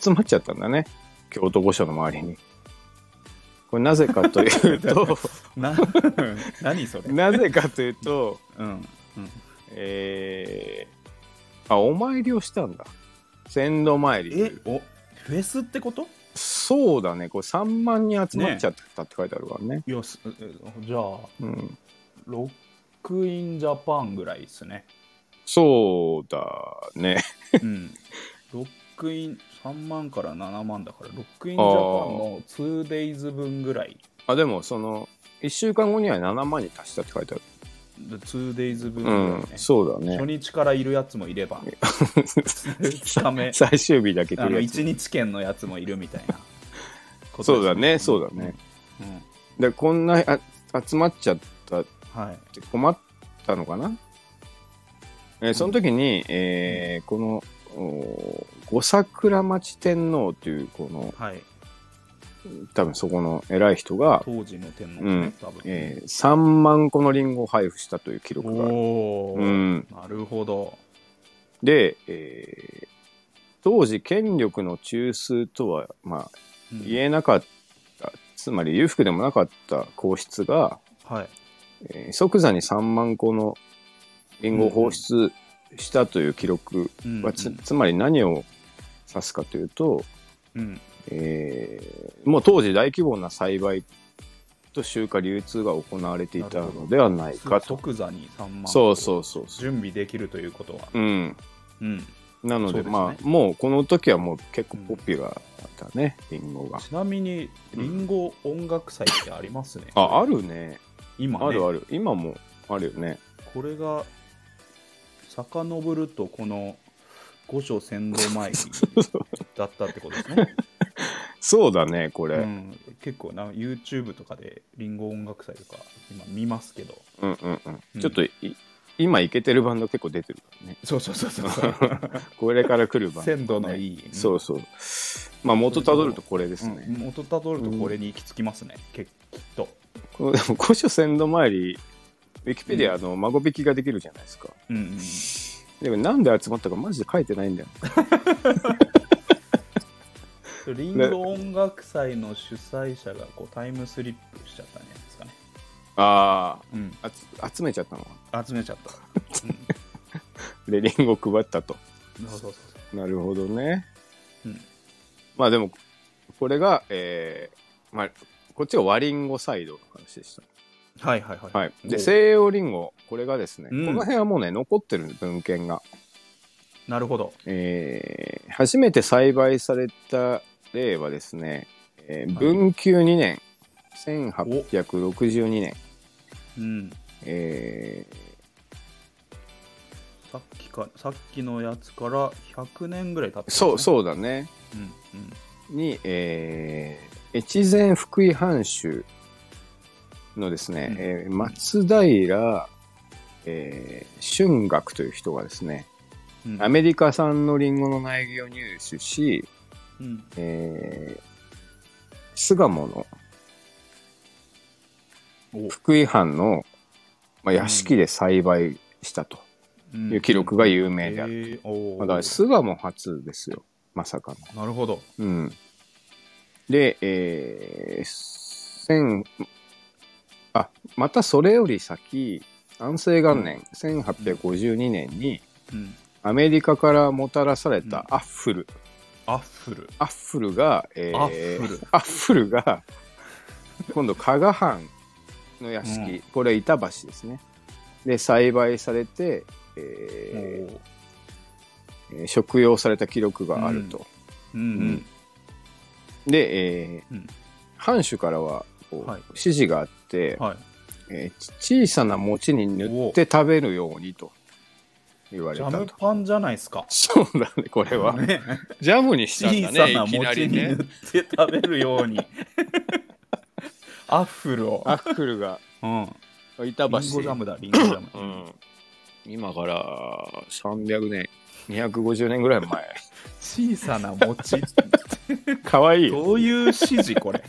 B: 集まっちゃったんだね京都御所の周りに。これなぜかという と
A: な、 何それ。
B: なぜかというと、
A: うん。うん
B: えーあお参りをしたんだ千度参りとい
A: え
B: う、
A: お、フェスってこと
B: そうだねこれ3万人集まっちゃったって書いてあるからね
A: いや、すえじゃあ、
B: うん、
A: ロックインジャパンぐらいですね。
B: そうだね
A: うん、 ロックイン3万から7万だからロックインジャパンの 2days 分ぐらい
B: あでもその1週間後には7万に達したって書いてある
A: 2days 分ぐら
B: う
A: い
B: ん、
A: ね、
B: そうだね
A: 初日からいるやつもいれば 2日目
B: 最終日だけ
A: あ
B: 来
A: の
B: るやつ
A: 1日券のやつもいるみたいなことです、
B: そうだねそうだね
A: うん、
B: でこんなあ集まっちゃったっ
A: はい。
B: て困ったのかな、えーその時に、えーこのお五桜町天皇というこの
A: はい。
B: 多分そこの偉い人が、
A: 当時の天皇ですね、多分。
B: えー3万個のリンゴを配布したという記録がある。
A: おお、
B: うん
A: なるほど。
B: で、えー当時権力の中枢とは、まあ、
A: うん
B: 言えなかった、つまり裕福でもなかった皇室が、
A: はい。
B: えー即座に3万個のリンゴを放出したという記録
A: うん
B: は、つつまり何を指すかというと、
A: うん。
B: えーもう当時大規模な栽培と集荷流通が行われていたのではないかと。
A: 即座に3万。
B: そうそうそうそ
A: 準備できるということは。
B: う。うん。
A: うん。
B: なの
A: そ
B: で
A: うですね
B: まあもうこの時はもう結構ポピュラーだね、リンゴが。
A: ちなみに、リンゴ音楽祭ってありますね。
B: ああるね。
A: 今ね、
B: あるある。今もあるよね。
A: これが、遡ると、この五所先導 前にだったってことですね。
B: そうだねこれ。
A: うん、結構な、YouTube とかでリンゴ音楽祭とか、今見ますけど。
B: うんうんうん
A: うん
B: ちょっとい今いけてるバンド結構出てるからね。
A: そうそうそう そう。
B: これから来 るバンド、ね。
A: 鮮度のいい。
B: そうそう。まあ元たどるとこれですね。
A: うん、元たどるとこれに行き着きますね、けきっと。
B: このでも古書鮮度参り、ウィキペディアの孫引きができるじゃないですか。
A: うんうん、
B: でもなんで集まったかマジで書いてないんだよ。
A: うんリンゴ音楽祭の主催者がこうタイムスリップしちゃったんじゃないですかね。
B: あ
A: うん、
B: あ、集めちゃったの。
A: 集めちゃった。
B: で、リンゴ配ったと。
A: う ん、そうそうそう
B: なるほどね。
A: そう。うん、
B: まあでも、これが、えーまあ、こっちが和リンゴサイドの話でした。
A: はいはいはい。
B: はい。で、
A: お
B: 西洋リンゴ、これがですね、
A: うん
B: この辺はもうね、残ってる文献が。
A: なるほど。
B: えー初めて栽培された例はですね、えー
A: はい
B: 文久2年、1862年、
A: うん、
B: え
A: さっきかさっきのやつから100年ぐらい経って
B: ーそう
A: う。
B: そうだね、
A: うんうん、
B: に、えー越前福井藩主のですね、
A: うん
B: えー松平、えー春学という人がですね、
A: うん
B: アメリカ産のリンゴの苗木を入手し、
A: うん、
B: えー巣鴨の
A: お
B: 福井藩の、まあ、屋敷で栽培したという記録が有名である。
A: る。えーおー
B: まあだから巣鴨初ですよ、まさか
A: なるほど。
B: の。うん、で、えー、千あまたそれより先、安政元年、1852年に
A: うん、
B: アメリカからもたらされ
A: う
B: た
A: ん
B: アッフル、
A: アッフル。
B: アッフルが、えー
A: アッフル。
B: アッフルが今度加賀藩の屋敷、
A: うん
B: これ板橋ですねで栽培されて、え
A: おー
B: ーえー食用された記録があると、
A: うん
B: で、えー
A: うん
B: 藩主からはこう
A: はい
B: 指示があって
A: うん、、はい。
B: えーち小さな餅に塗って食べるようにと言われ
A: ジ
B: た
A: ャム
B: と。
A: パンじゃないですか。
B: そうだね、これは。
A: ね
B: ジャムにしちゃ
A: 小
B: った
A: さ
B: ね、
A: ない
B: きな
A: 餅
B: り
A: に塗
B: ね
A: っ。て食べるように。アッフルを。
B: アッフルが
A: うん。
B: 板
A: リ
B: 橋
A: ンゴジャムだ、リンゴジャム。
B: うん、今から300年250年ぐらい前
A: 小さな餅。
B: かわいいよ
A: どういう指示これ。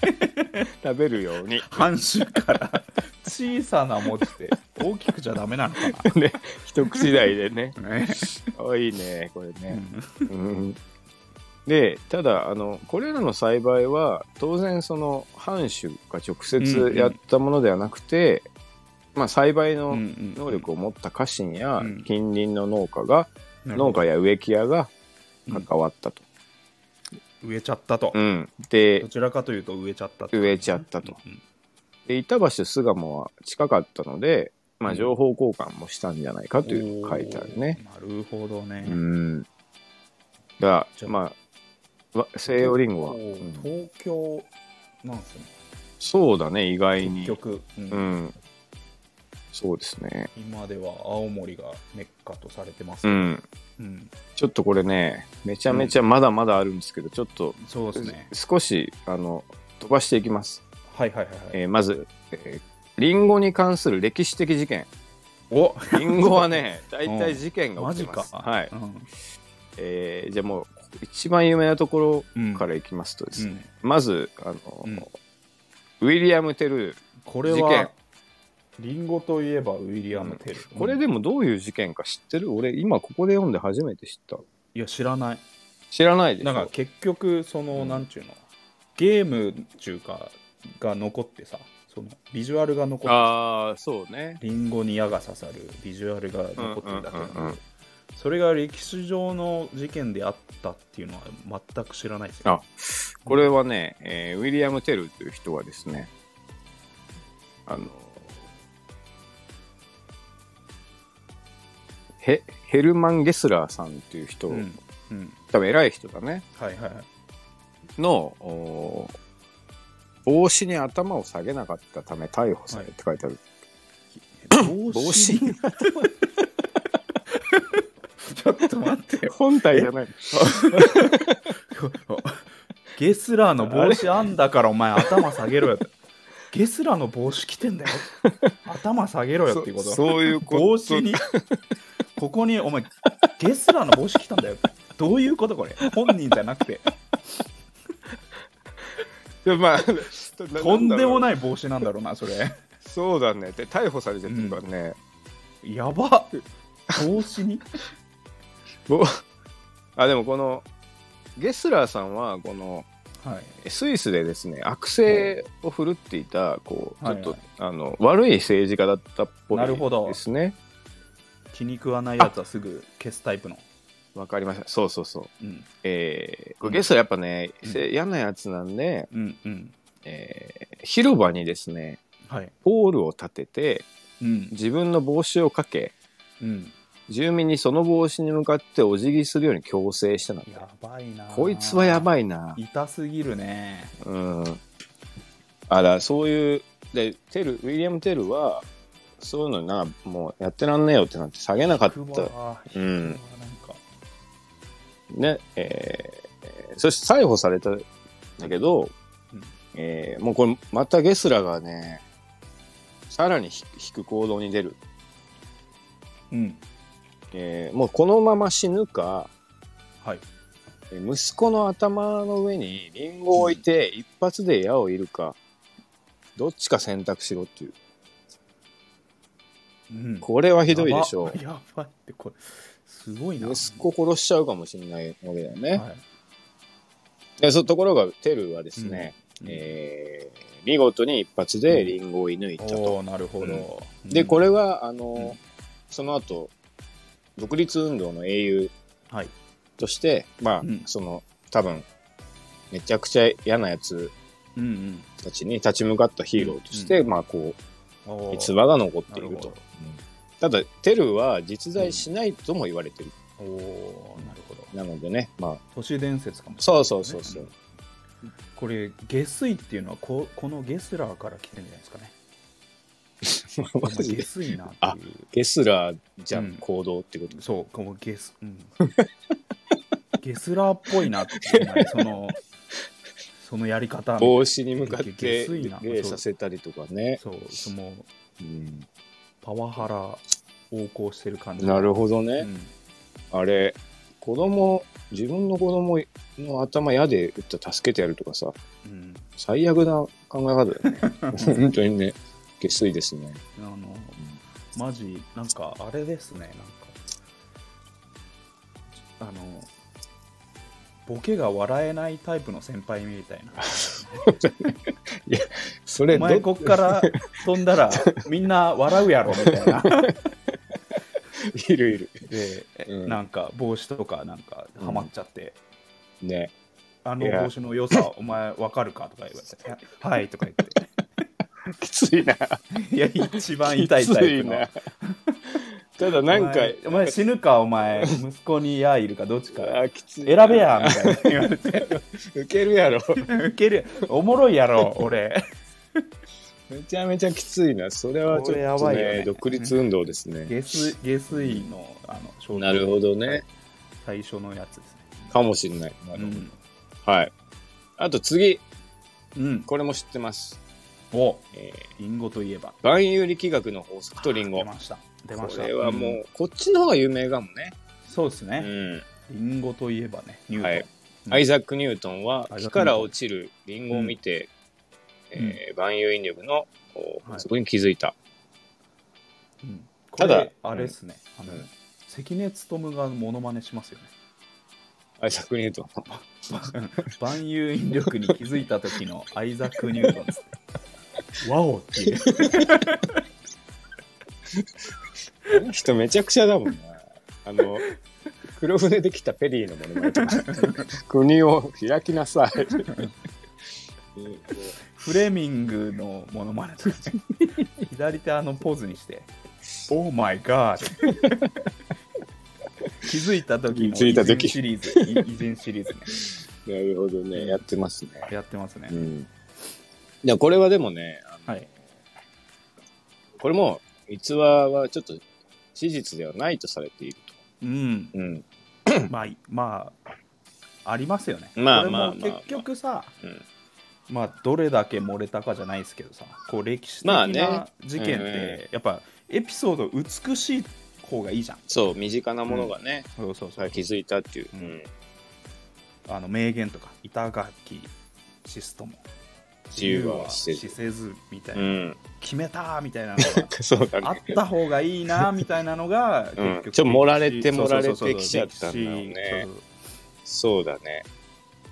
B: 食べるように
A: 半周から。小さな餅って大きくじゃダメなのか
B: で一口大でね
A: な。ね
B: かわいいねこれね、うんでただあのこれらの栽培は当然その藩主が直接やったものではなくて、まあ、栽培
A: う
B: の
A: ん
B: 能力を持った家臣や
A: うん
B: 近隣の農家が、
A: なるほ
B: 農
A: ど
B: 家や植木屋が関わったと、
A: 植えちゃったと
B: う。んで
A: どちらかというと植えちゃったと。
B: 植えちゃったと
A: うん
B: で板橋と巣鴨は近かったので、ま
A: う
B: あ、
A: ん
B: 情報交換もしたんじゃないかという書いてあるね。。
A: おーなるほどね。
B: うんが
A: じゃあ
B: まあわ西洋リンゴは、
A: お
B: うん
A: 東京なんですね
B: そうだね意外
A: 結
B: に、
A: 局、うん
B: うん、そうですね、
A: 今では青森がメッカとされてます
B: う
A: ね、
B: ん、
A: うん
B: ちょっとこれねめちゃめちゃまだまだあるんですけど、ちょっと
A: そうですね
B: 少しあの飛ばしていきます
A: はいはいはいはい。
B: えーまず、えーリンゴに関する歴史的事件
A: お
B: リンゴ はね大体事件が
A: マ
B: 起き
A: ジ
B: て
A: か。
B: ます、はい
A: うん
B: えーじゃあもう一番有名なとこ
A: うん
B: ろからいきますとですね、
A: うん
B: まずあの、
A: うん
B: ウィリアム・テル
A: これ
B: ー事
A: は
B: 件、
A: リンゴといえばウィリアム・テル。
B: これ
A: うん
B: でもどういう事件か知ってる俺今ここで読んで初めて知った
A: いや、知らない。
B: 知らないでし
A: なんか
B: ょ
A: 結局、その、
B: うん
A: なんちゅうの、ゲームちゅうか、が残ってさ、そのビジュアルが残ってさ、
B: ああそうね
A: リンゴに矢が刺さるビジュアルが残ってるだけなんだけど
B: うんうんうんうん
A: それが歴史上の事件であったっていうのは全く知らないですよ。
B: あこれはね、えーウィリアム・テルという人はですねあのヘヘルマン・ゲスラーさんという人、
A: うん。うん。
B: 多分偉い人だね
A: はいはいはい。
B: のおー帽子に頭を下げなかったため逮捕されって書いてある、
A: 帽
B: 帽子
A: ちょっと待ってよ。
B: 本体じゃない
A: ゲスラーの帽子あんだからお前頭下げろ よって。ゲスラーの帽子着てんだよ。頭下げろよっていうこと。
B: そそういうこと
A: 帽子に、ここにお前、ゲスラーの帽子着たんだよ。どういうことこれ本人じゃなくて、
B: でまあ
A: とんでも
B: い
A: ない帽子なんだろうな、それ。
B: そうだねで逮捕されてるからね、
A: やば帽子に
B: ぼあでもこのゲスラーさんはこの
A: はい。
B: スイスでですね悪性を振るっていたこうち
A: はい
B: ょっ
A: はい
B: と、あの悪い政治家だったっぽ
A: なるほど
B: いですね
A: 気に食わないやつはすぐ消すタイプの。
B: わかりましたそうそうそう
A: うん。
B: えーこ
A: うん
B: れゲスラーやっぱね、
A: うん
B: せ嫌なやつなんで、
A: うんうん。
B: えー広場にですね
A: はい。
B: ポールを立てて
A: うん。
B: 自分の帽子をかけ
A: うん。
B: 住民にその帽子に向かってお辞儀するように強制したの
A: やばいな。
B: こいつはやば
A: い。
B: いな
A: 痛すぎるね。
B: うん、あらそういうでテルウィリアム・テルはそういうのなもうやってらんねえよってなって下げなかっ
A: クマ
B: た、
A: は
B: うん
A: なんか。
B: ねえーそして逮捕されたんだけど、
A: うん
B: えーもうこれまたゲスラがねさらにひ引く行動に出る、
A: うん。
B: えーもうこのまま死ぬか
A: はい。
B: えー息子の頭の上にリンゴを置いて一発で矢を射るかどっちか選択しろっていう
A: うん。
B: これはひどいでしょう
A: やばやばいって、これ、すごいな。
B: 息子殺しちゃうかもしれないわけだよね。
A: はい。
B: でそところがテルはですね、
A: え
B: えー見事に一発でリンゴを射抜いたと。
A: おおなるほど。
B: でこ
A: れ。
B: れはあの、
A: うん
B: その後独立運動の英雄
A: はい。
B: としてまあ、
A: うん
B: その多分めちゃくちゃ嫌なやつ
A: うんうん
B: たちに立ち向かったヒーローとして、まあこう。
A: おー
B: 逸話が残っている
A: な
B: と。
A: ほ
B: ただテルは実在しないとも言われてる、
A: どおーなるほど。
B: なのでねまあ
A: 都市伝説かもしれない
B: そうそうそうそう、
A: これ下水っていうのはここのゲスラーから来てるんじゃないですかね
B: マジ
A: 下
B: で
A: 水なっていう
B: ゲスラーじゃん、
A: うん
B: 行動ってこと
A: そうこのゲス、うん、 ゲスラーっぽいなっていうお前そ のそのやり方
B: 帽子に向かって
A: 下水な
B: 礼させたりとかね、
A: そうその
B: うん
A: パワハラ横行してる感じ
B: な
A: る
B: るほど
A: ほう
B: ね、
A: ん、
B: あれ子供自分の子供の頭矢で打った助けてやるとかさ
A: うん、
B: 最悪な考え方だよ ね本当にね下水ですね
A: あのマジなんかあれですねなんかあのボケが笑えないタイプの先輩みたいな
B: それ
A: お前
B: ど
A: こっから飛んだ らみんな笑うやろみたいな
B: いるいる
A: で、
B: うん
A: なんか帽子とかなんかハマっちゃって、
B: ね
A: あ
B: いや
A: の帽子の良さお前わかるかとか言われ て「はい」とか言っ
B: きついな
A: ていや一 番痛いタイプの
B: きただなん
A: お
B: か
A: 前お前死ぬかお前息子に矢いるかどっちか
B: あきつい
A: 選べやみたいな言われて
B: 受けるやろ
A: ウケるおもろいやろ俺
B: めちゃめちゃきついなそれはち
A: これ
B: ょ
A: や
B: っと
A: ばい
B: ね
A: よね
B: 独立運動ですね
A: 下水下水のあの少女
B: なるほどね
A: 最初のやつですね
B: かもしれない、な
A: う
B: るほど
A: ん、
B: はいあと次
A: うん、
B: これも知ってます
A: お
B: えー
A: リンゴといえば
B: 含有力学の法則とリンゴ
A: 出。ました出ま
B: こ
A: した
B: れはもう、
A: ん
B: こっちの方が有名かもね。
A: そうです
B: う
A: ね、
B: ん。
A: リンゴといえばねニュートン、
B: はい
A: うん
B: アイザック・ニュートンは
A: アイザックニュートン
B: 木から落ちるリンゴを見て、
A: うん
B: えー万有引力のこう
A: はい
B: そこに気づいた、
A: うんこ
B: た
A: れ
B: だ
A: あれですね、あの
B: うん
A: 関根勤がモノマネしますよね
B: アイザック・ニュートンの
A: 万有引力に気づいた時のアイザック・ニュートンですワオっていう
B: あの人めちゃくちゃだもんなあ の黒船で来たペリーのものまねとか国を開きなさいうん
A: フレミングのモノマネとかね左手あのポーズにして「オーマイガー」気づいた時の
B: 気づいた時
A: 偉人シリーズい偉人シリーズね
B: なるほどねやってますね、
A: やってますね、
B: うん、いやこれはでもねあ
A: は
B: の
A: い
B: これも逸話はちょっと史実ではないとされている
A: うん
B: と、うん
A: まあまあありますよね
B: まあ
A: これも
B: まあまあまあ
A: 結局さ
B: うん、
A: まあどれだけ漏れたかじゃないですけどさこう歴史的
B: まあね
A: な事件っ
B: うんう
A: てやっぱエピソード美しい方がいいじゃん
B: そう身近なものがね、
A: そうそうそう
B: さ気づいたっていう、
A: う
B: うんん、
A: あの名言とか板垣シストも
B: 自由はして
A: 自由
B: る
A: はせずみたいうな、
B: ん、
A: 決めたーみたいなのが
B: そうだ
A: あっ
B: ね。
A: た方がいいなーみたいなのが、
B: うん
A: 結局
B: ちょっと盛られて
A: そうそうそうそう
B: 盛られてきちゃったんだろうね
A: 歴史そう
B: そうだね。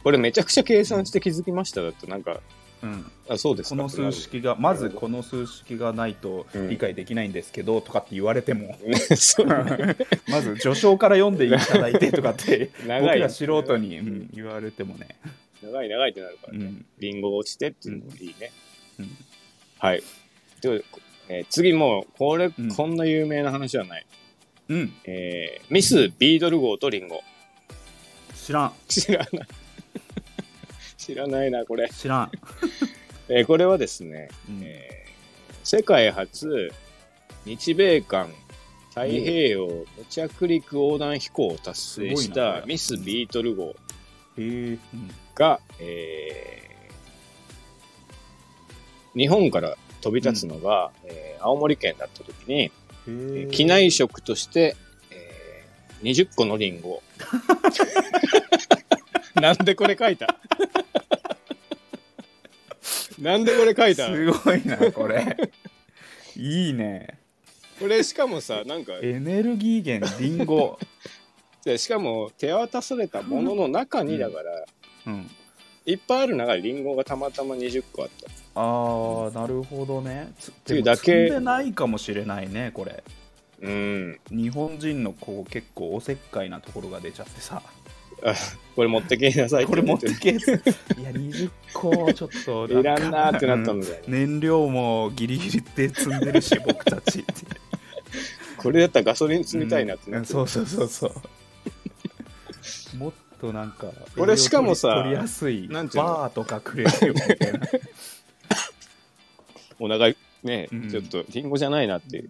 B: これめちゃくちゃ計算して気づきましただってなんか、
A: そううん、
B: あそうです
A: こ
B: か
A: の数式がまずこの数式がないと理解できないんですけど、とかって言われても
B: ね そう
A: まず序章から読んでいただいてとか って僕
B: 長い
A: ら素人に、うん言われてもね、
B: 長い長いってなるから
A: う
B: ね。
A: ん
B: リンゴが落ちてっていうのもいいね。
A: うん
B: はい。ということでえー次もうこれ、
A: ん
B: こんな有名な話はない。
A: うん、
B: えーミス・ビードル号とリンゴ。
A: 知らん
B: 知らない。知らないなこれ、
A: 知らん、
B: えーこれはですね、
A: うん
B: えー世界初日米間太平洋無着陸横断飛行を達成し
A: すごいなこ
B: た
A: れ
B: ミス・ビートル号
A: へえ、
B: が、えー日本から飛び立つのが、えー青森県だった時に、
A: うん、へえ
B: 機内食として、えー20個のリンゴなんでこれ書いた なんでこれ書いた
A: すごいなこれ いいね
B: これしかもさなんか
A: エネルギー源リンゴ、
B: でしかも手渡されたものの中にだから、
A: うん、
B: いっぱいある中でリンゴがたまたま20個あった
A: ああなるほどねつ
B: て
A: で
B: い
A: も
B: うだ
A: 積
B: け
A: んでないかもしれないねこれ
B: うん
A: 日本人のこう結構おせっかいなところが出ちゃってさ
B: これ持ってきなさい
A: これ持って
B: 言
A: けっつっていや20個ちょっと
B: ていらんなーってなった
A: うんん
B: だよね
A: 燃料もギリギリで積んでるし僕たちって
B: これだったらガソリン積みたいなってな
A: うん
B: って、
A: そうそうそうそうもっとなんか
B: これしかも
A: 栄
B: さ
A: 養取りやすい
B: な
A: バ
B: んていうの
A: ーとかくれるよみたいな
B: お腹ね、
A: うん
B: ちょっとリンゴじゃないなって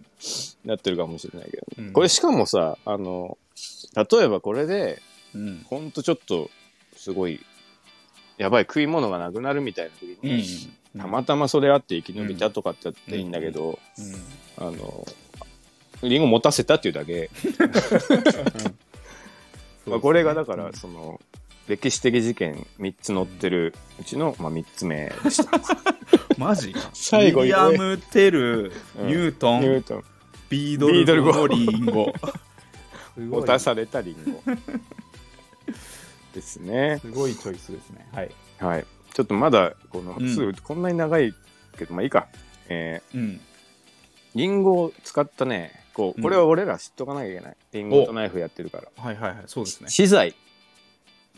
B: なってるかもしれないけど、
A: うん
B: これしかもさあの例えばこれで
A: うん
B: ほんとちょっとすごいやばい食い物がなくなるみたいな時
A: うん
B: に、たまたまそれあって生き延びたとかってやっていいんだけど、
A: うん
B: あの、リンゴ持たせたっていうだけ、 まあ、これがだから、その、歴史的事件3つ載ってるうちの、まあ、3つ目でした。
A: マジか
B: 最後
A: ウィ
B: に
A: リアム・テル、
B: うん
A: ニュートン、
B: ニュートン
A: ビードルゴ
B: ビ
A: リンゴすご
B: 持
A: い
B: たされたリンゴ。ですね。
A: すごいチョイスですねはい、
B: はい。ちょっとまだ、この、
A: うん
B: すぐ、こんなに長いけど、まあいいか。え
A: うん、
B: ー、リンゴを使ったね、こう、これは俺ら知っとかなきゃいけない。リンゴとナイフやってるから。
A: はいはいはいそうですね
B: 資材、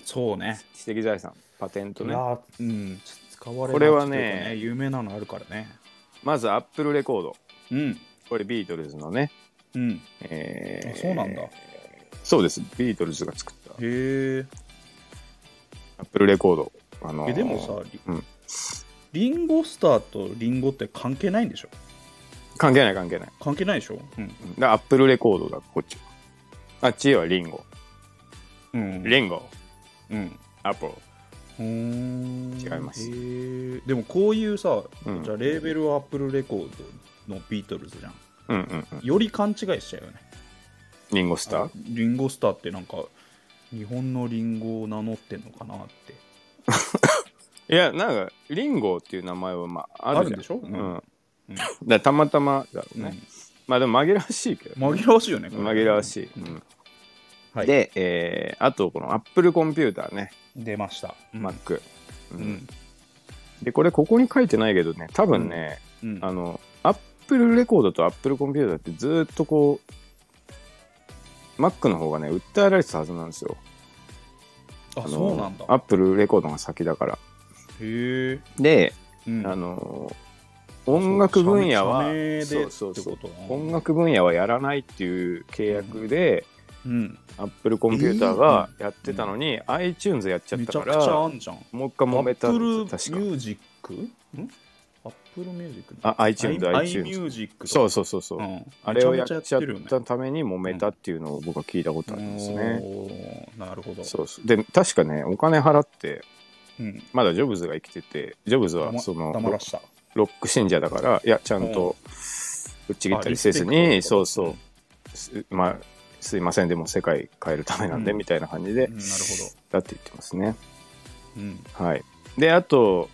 A: そうね
B: 知的財産、パテント
A: い
B: ね
A: や。ーうん使われ
B: これ
A: が
B: は
A: ちというか
B: ね
A: 有名なのあるからね
B: まず、アップルレコード。
A: うん
B: これ、ビートルズのね。
A: うん
B: えー
A: あそうなんだへ
B: そうです。ビートルズが作った
A: え
B: アップルレコード。あのー
A: えでもさ、り
B: うん
A: リンゴスターとリンゴって関係ないんでしょ
B: 関係ない関係ない。
A: 関係ないでしょうん、
B: うんだアップルレコードだ、こっちは。あっちはリンゴ。
A: うん
B: リンゴ、
A: うん、
B: アップル。
A: 違
B: 違います
A: でもこういうさ、
B: うん
A: じゃあレーベルはアップルレコードのビートルズじゃん
B: うんうんうん。
A: より勘違いしちゃうよね
B: リンゴスター
A: リンゴスターってなんか日本のリンゴを名乗ってんのかなって
B: いや、なんか、リンゴっていう名前はまあ、あるじゃん
A: あるでしょ
B: う。
A: うんん
B: だか
A: うん
B: らたまたまだろうね。まあでも紛らわしいけど。
A: 紛らわしいよねこれ
B: 紛らわしい。う
A: うん
B: ん
A: はい、
B: で、えーあとこの Apple コンピューターね、
A: 出ました、
B: Mac。う
A: うんん
B: で、これここに書いてないけどね、多分ね、
A: うん
B: あの、Apple レコードと Apple コンピューターってずーっとこう、Mac の方がね、訴えられてたはずなんですよ。
A: あ
B: の
A: そうなんだ
B: Apple レコードが先だから。
A: へえ、
B: で、
A: うん
B: あの音楽分野は
A: 社名社名で
B: そうそうそう
A: ってことな
B: 音楽分野はやらないっていう契約で、
A: うん、
B: アップルコンピューターがやってたのに、iTunes やっちゃっ
A: め
B: た
A: ちゃ
B: か
A: くちゃ
B: ら
A: あんじゃん
B: もう一回揉めた
A: ア
B: ん
A: ップルミュ
B: ですよ確か
A: ージックんアップルミュージック
B: あ iTunes だ iTunes
A: ミュージック
B: そうそうそうそう、
A: ん、
B: あれをやっ
A: め
B: ちゃっ
A: めるよね
B: たために揉めたっていうのを僕は聞いたことありますね、
A: おーなるほど
B: そうそうで確かねお金払って
A: うん、
B: まだジョブズが生きててジョブズ
A: だ
B: は
A: ま
B: その
A: 黙らした
B: ロック信者だからいやちゃんとぶっちぎったりせず
A: あ
B: に
A: リスペク
B: そ
A: ト
B: うそうすまあすいませんでも世界変えるためなんで、
A: うん
B: みたいな感じで、
A: うんなるほ
B: だって言ってますね
A: ど、うん、
B: はいであと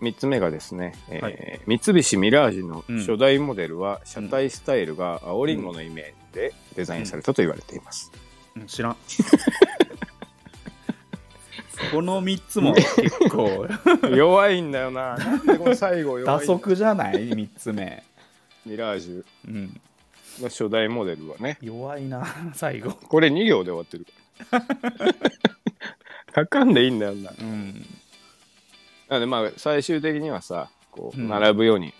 B: 3つ目がですね、えー
A: は
B: 三菱ミラージュの初代モデルは車体スタイルが青りんごのイメージでデザインされたと言われています、
A: うん知ら んこの3つも結構
B: 弱いんだよななんでこの最
A: 打
B: 後弱いんだ
A: 足じゃない3つ目、
B: ミラージュ
A: うん、
B: の初代モデルはね
A: 弱いな最後
B: これ2行で終わってる 書かんでいいんだよな
A: うん
B: なのでまあ最終的にはさこう
A: うん
B: 並ぶように、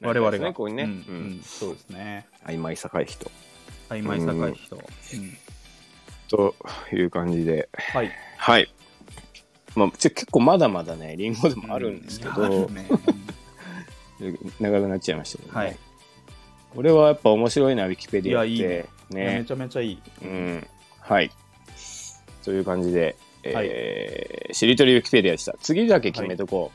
A: 我々
B: ね
A: が
B: こういうね、
A: う
B: うんん
A: うんそうですね
B: 曖昧さかい人
A: 曖昧さい人、うん
B: という感じで
A: はい
B: はい、まあ、ちょ結構まだまだねリンゴでもあるんですけ
A: うあ
B: ど
A: る、ね
B: 長くなっちゃいましたけどね、
A: はい
B: これはやっぱ面白いなウィキペディアって
A: いやいいねめ
B: ね
A: ちゃめちゃいい、
B: うんはいという感じで、えーしりとりウィキペディアでした次だけ決めとこ、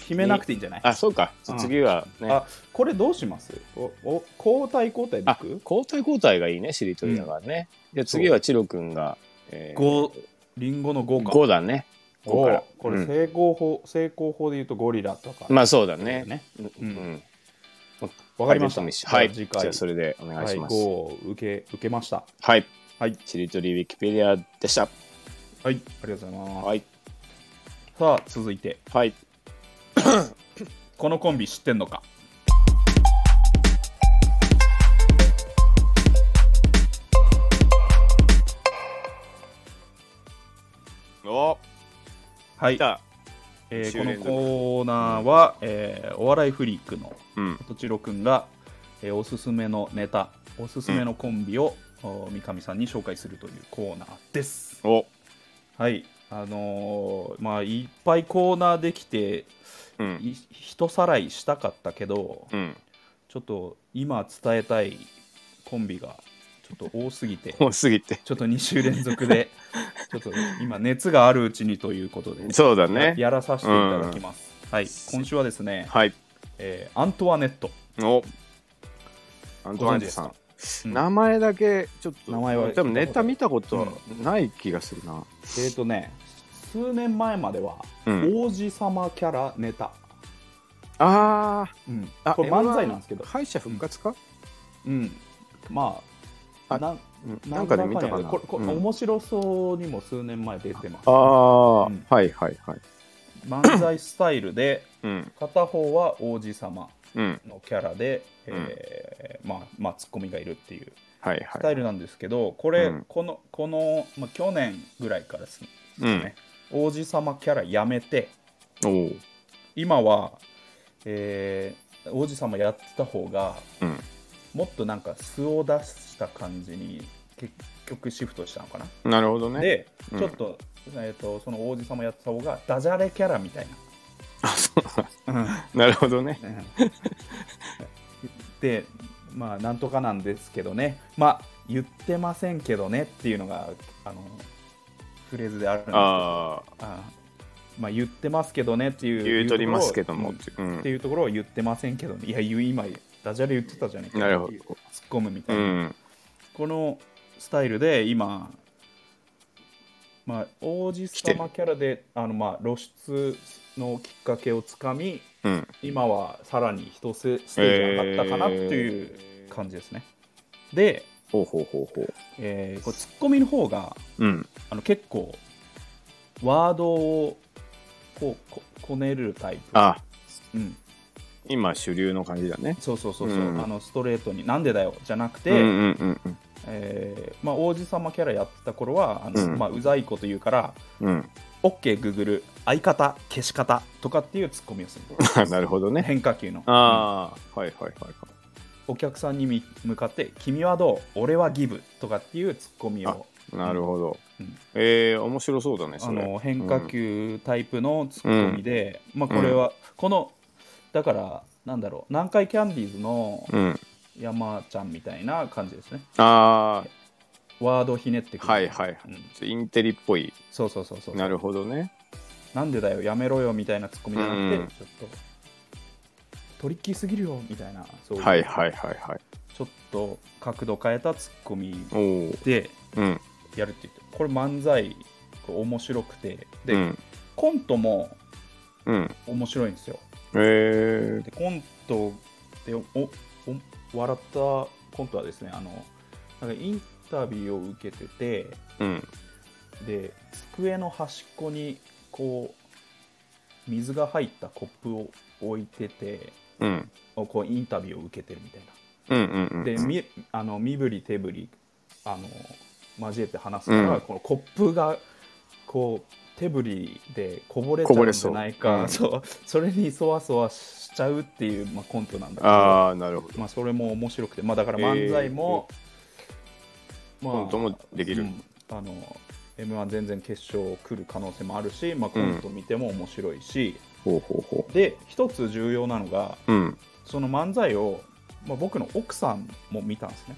A: 決めなくていいんじゃないう
B: あそうかじゃあ次はね、
A: あこれどうしますおお交代交代
B: あ
A: 僕
B: 交代交代がいいねしりとりだからね、じゃあ次はチロくんが、えー、
A: 五リンゴの5か
B: 5だね5から
A: こ
B: う
A: れ
B: ん
A: 成功法、成功法で言うとゴリラとか
B: まあそうだ
A: ね
B: ねうん
A: うん
B: うん
A: わかりました
B: はい
A: じゃあ次
B: じ
A: 回
B: ゃあそれでお願い
A: はい
B: します
A: 5を受け受けました
B: はい
A: はい
B: しりとりウィキペディアでした
A: はいありがとうございます、
B: はい
A: さあ続いて
B: はい
A: このコンビ知ってんのか
B: お
A: はい
B: 来、た
A: えー
B: 二
A: こ
B: 週
A: の
B: 連続
A: コーナーは、えーお笑いフリークの
B: うん
A: とちろくんが、えーおすすめのネタおすすめのコンビを、お三上さんに紹介するというコーナーです
B: お
A: はいあのーまあいっぱいコーナーできて
B: うん
A: い人さらいしたかったけど
B: うん
A: ちょっと今伝えたいコンビがちょっと多すぎて
B: 多すぎて
A: ちょっと2週連続でちょっと今熱があるうちにということで
B: そうだね
A: やらさせていただきます、はい今週はですね、
B: はい
A: えーアントワネット
B: おアントワンジさ
A: ご
B: ん
A: うん
B: 名前だけちょっと
A: 名前は
B: でもネタ見たことはない気がするな
A: えっ、とね数年前までは、
B: うん
A: 王子様キャラネタ、
B: あ
A: うん
B: ーあ
A: これ漫才なんですけど
B: M1 敗者復活か
A: うん、まあ
B: あ
A: なん
B: うんなんかで見たか
A: んだ
B: な
A: これこれ
B: うん
A: 面白そうにも数年前出てます
B: ああ、
A: うん
B: はいはいはい。
A: 漫才スタイルで
B: うん。
A: 片方は王子様
B: うん。
A: のキャラで、えーまあまあツッコミがいるっていう
B: はい
A: スタ
B: は
A: イ
B: い。
A: ルなんですけど、これ、
B: うん
A: このこの、まあ、去年ぐらいからですね、
B: うん。
A: 王子様キャラやめて
B: おおう。
A: 今は、えー王子様やってた方が
B: うん。
A: もっとなんか素を出した感じに結局シフトしたのかな、
B: なるほどね。
A: で、
B: うん
A: ちょっと,、えー、とその王子様やってた方がダジャレキャラみたい
B: あ、そう
A: な、
B: なるほどね。
A: でまあなんとかなんですけどねまあ言ってませんけどねっていうのがあのフレーズであるんですけど
B: ああ
A: あまあ言ってますけどねっていう
B: 言うとりますけども
A: うん
B: っていうう
A: って
B: ん
A: いうところを言ってませんけどねいや言う今ダジャレ言ってたじゃねえか
B: なるほど
A: っていう突っ込むみた
B: う
A: いな、
B: ん
A: このスタイルで今まあ王子様キャラであのまあ露出のきっかけをつかみ
B: うん
A: 今はさらに一スステージ上がったかなっていう感じですね、で、
B: ほうほうほうほう
A: えーこれツッコミの方が
B: うん
A: あの結構ワードをこうここねるタイプ、
B: あ
A: うん、
B: 今主流の感じだね
A: そうそうそうそう、
B: うん
A: あのストレートに「なんでだよ」じゃなくて、
B: うんうんうんうん
A: えーまあ、王子様キャラやってた頃はあの、
B: うん
A: まあ、うざいこと言うから
B: うん、
A: 「OK グーグル相方消し方」とかっていうツッコミを する
B: なるほどね。
A: 変化球の、
B: ああ、はいはいはい
A: お客さんにみ向かって「君はどう俺はギブ」とかっていうツッコミを
B: はい。なるほど。
A: うん
B: ええ面白そうだね、
A: あ
B: それ。
A: の変化球タイプのツッコミで、まあ、これは、このだからなんだろう南海キャンディーズの
B: うん。うん。
A: 山ちゃんみたいな感じですね
B: あ
A: ワードをひねって
B: あ、
A: くる
B: はいはいはい。
A: うん
B: ちょインテリっぽい。
A: そうそうそうそう
B: なるほどね。
A: なんでだよやめろよみたいなツッコミじゃなくて、
B: うん
A: ちょっとトリッキーすぎるよみたいなそういう
B: はいはいはいはい。
A: ちょっと角度変えたツッコミ
B: おお。
A: で
B: うん。
A: やるって言ってこれ漫才こう面白くてで、
B: うん。
A: コントも
B: うん。
A: 面白いんですよ
B: え
A: で
B: え
A: コントでおお笑ったコントはですねあのなんかインタビューを受けてて
B: うん。
A: で机の端っこにこう水が入ったコップを置いてて
B: うん。
A: こうインタビューを受けてるみたい
B: うんうんうん。
A: なでみあの身振り手振りあの交えて話すから、
B: うん
A: このコップがこう手振りでこぼれちゃ
B: こぼ
A: うん
B: れ
A: じ
B: そ
A: ゃ
B: う
A: ないか
B: うん
A: そう、それにそわそわしちゃうっていう、まあ、コントなんだけど
B: ああ、なるほど。
A: まあ、それも面白くて、まあ、だから漫才も、まあ
B: コントもできる
A: うんあの m 1全然決勝来る可能性もあるし、まあ、コント見ても面白いし、
B: ほうほうほ
A: で一つ重要なのが
B: う。うん。
A: その漫才を、まあ、僕の奥さんも見たんですね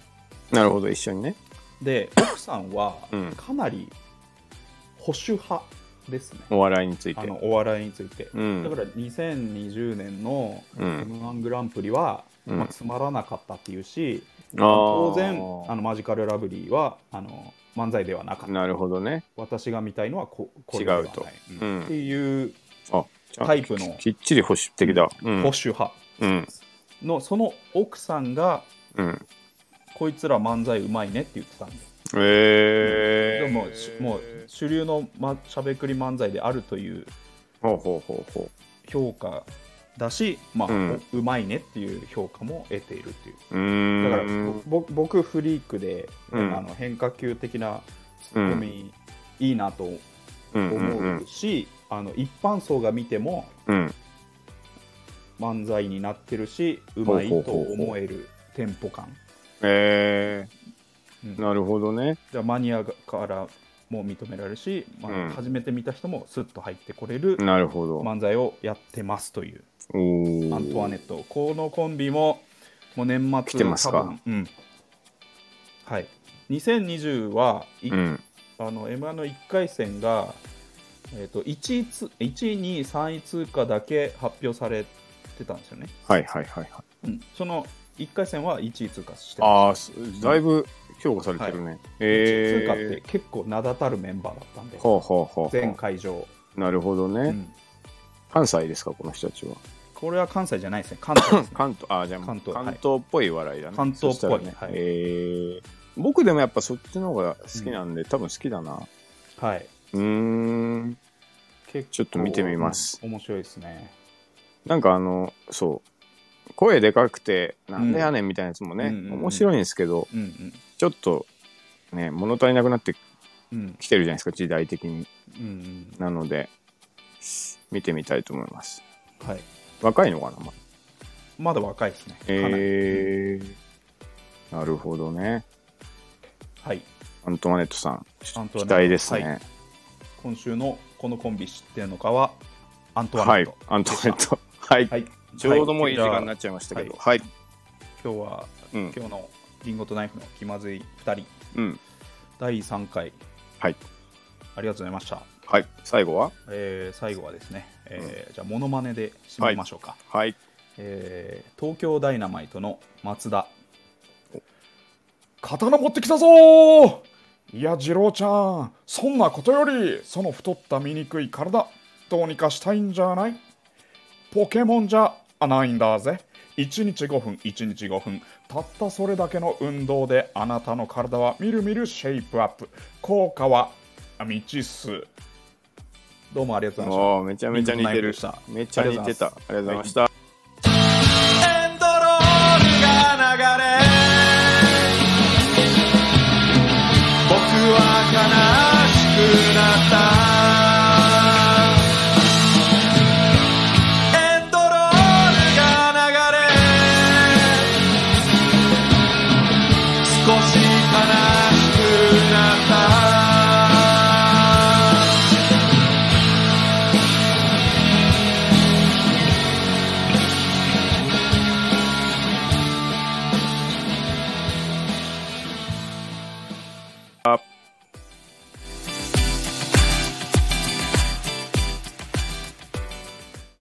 B: なるほど、一緒にね。
A: で奥さんは
B: うん
A: かなり保守派ですね、
B: お笑いについて
A: あ。のお笑いについて、
B: うん
A: だから2020年の
B: うん
A: m 1グランプリは、
B: うん
A: まあ、つまらなかったっていうし、
B: あー
A: 当然あのマジカルラブリーはあの漫才ではなかった
B: なるほどね。
A: 私が見たいのはここれで
B: 違
A: はな
B: う
A: い
B: と
A: うん
B: うん
A: っていう
B: あ、じゃあ
A: タイプの
B: きっちり保守的だ。う
A: 保
B: ん。
A: 守派
B: うん。
A: のその奥さんが
B: うん。
A: こいつら漫才うまいねって言ってたんです、
B: ええ
A: でもしもう主流の、ま、しゃべくり漫才であるという
B: ほうほうほうほ
A: 評価だし、まあ
B: うん
A: おうまいねっていう評価も得ているっていう
B: う。うー
A: だ
B: ん。
A: からぼぼ僕フリークで、
B: うん
A: あの変化球的なツッコミ、いいなと
B: うんうん
A: 思うし、あの一般層が見ても
B: うんうん
A: 漫才になってるしう
B: ほう
A: まい
B: ほうほう
A: と思えるテンポ感
B: え
A: う
B: ー
A: ん
B: なるほどね。
A: じゃあマニアからも認められるし、まあ
B: うん
A: 初めて見た人もスッと入ってこれる
B: なるほど。
A: 漫才をやってますという
B: おー
A: アントワネットこのコンビももう年末
B: 来てますか
A: 多分うんはい2020は、い
B: うん。
A: あの m 1の1回戦が、えー、と1位つ1位2位3位通過だけ発表されてたんですよね、
B: はいはいはいはい。
A: うん、その1回戦は1位通過してます
B: ああ、すだいぶ評価されてるね。
A: 1位
B: え
A: 通
B: え
A: 過って結構名だたるメンバーだったんで、
B: ほうほうほうほう。
A: 全会場、
B: なるほどね。
A: うん
B: 関西ですか、この人たちは。
A: これは関西じゃないですね関東ですね
B: 関東、あーじゃあ
A: 関東はい
B: 関東っぽい笑いだね。
A: 関東っぽい
B: そしたら
A: はい
B: ね。ええ僕でもやっぱそっちの方が好きなんで、多分好きだな。
A: はい、
B: うーん。
A: 結構
B: ちょっと見てみます
A: うん面白いですね
B: なんかあの、そう、声でかくて、なんでやねんみたいなやつもね、
A: うんうんうんうん
B: 面白いんですけど、
A: うん
B: ちょっと、ね、物足りなくなって
A: うんうん
B: きてるじゃないですか、時代的に。
A: うん
B: なので、見てみたいと思います。
A: うんはい
B: 若いのかな、まあ、
A: まだ若いですねかなり
B: えー、なるほどね。
A: はい
B: アントワネットさん、ちょ
A: ア
B: っ
A: ン
B: と
A: ト
B: 期
A: ワネット
B: 待ですね。
A: 今週のこのコンビ知ってるのかはアントワ
B: は
A: ネッ
B: い
A: ト、、
B: アントワネット。はい、
A: はい、
B: ちょうどもういい時間に
A: は
B: ないっちゃいましたけど、はい。
A: 今日は
B: うん、
A: 今日のリンゴとナイフの気まずい2人
B: うん、
A: 第3回
B: はい。
A: ありがとうございました。
C: はい。最後は
A: えー最後はですね、えーじゃあ、モノマネで締めましょうか。
C: はい。
A: えー東京ダイナマイトの松田。刀持ってきたぞーいや、次郎ちゃん、そんなことより、その太った醜い体、どうにかしたいんじゃないポケモンじゃないんだぜ。1日5分、1日5分、たったそれだけの運動で、あなたの体はみるみるシェイプアップ。効果は未知数。どうもありがとうございました。
C: おおめちゃめちゃ似てる
A: 見事な役
C: め
A: でした
C: ちゃ似てたありがとうございました、
A: エンドロールが流れ僕は悲しくなったエンドロールが流れ少し悲しくなった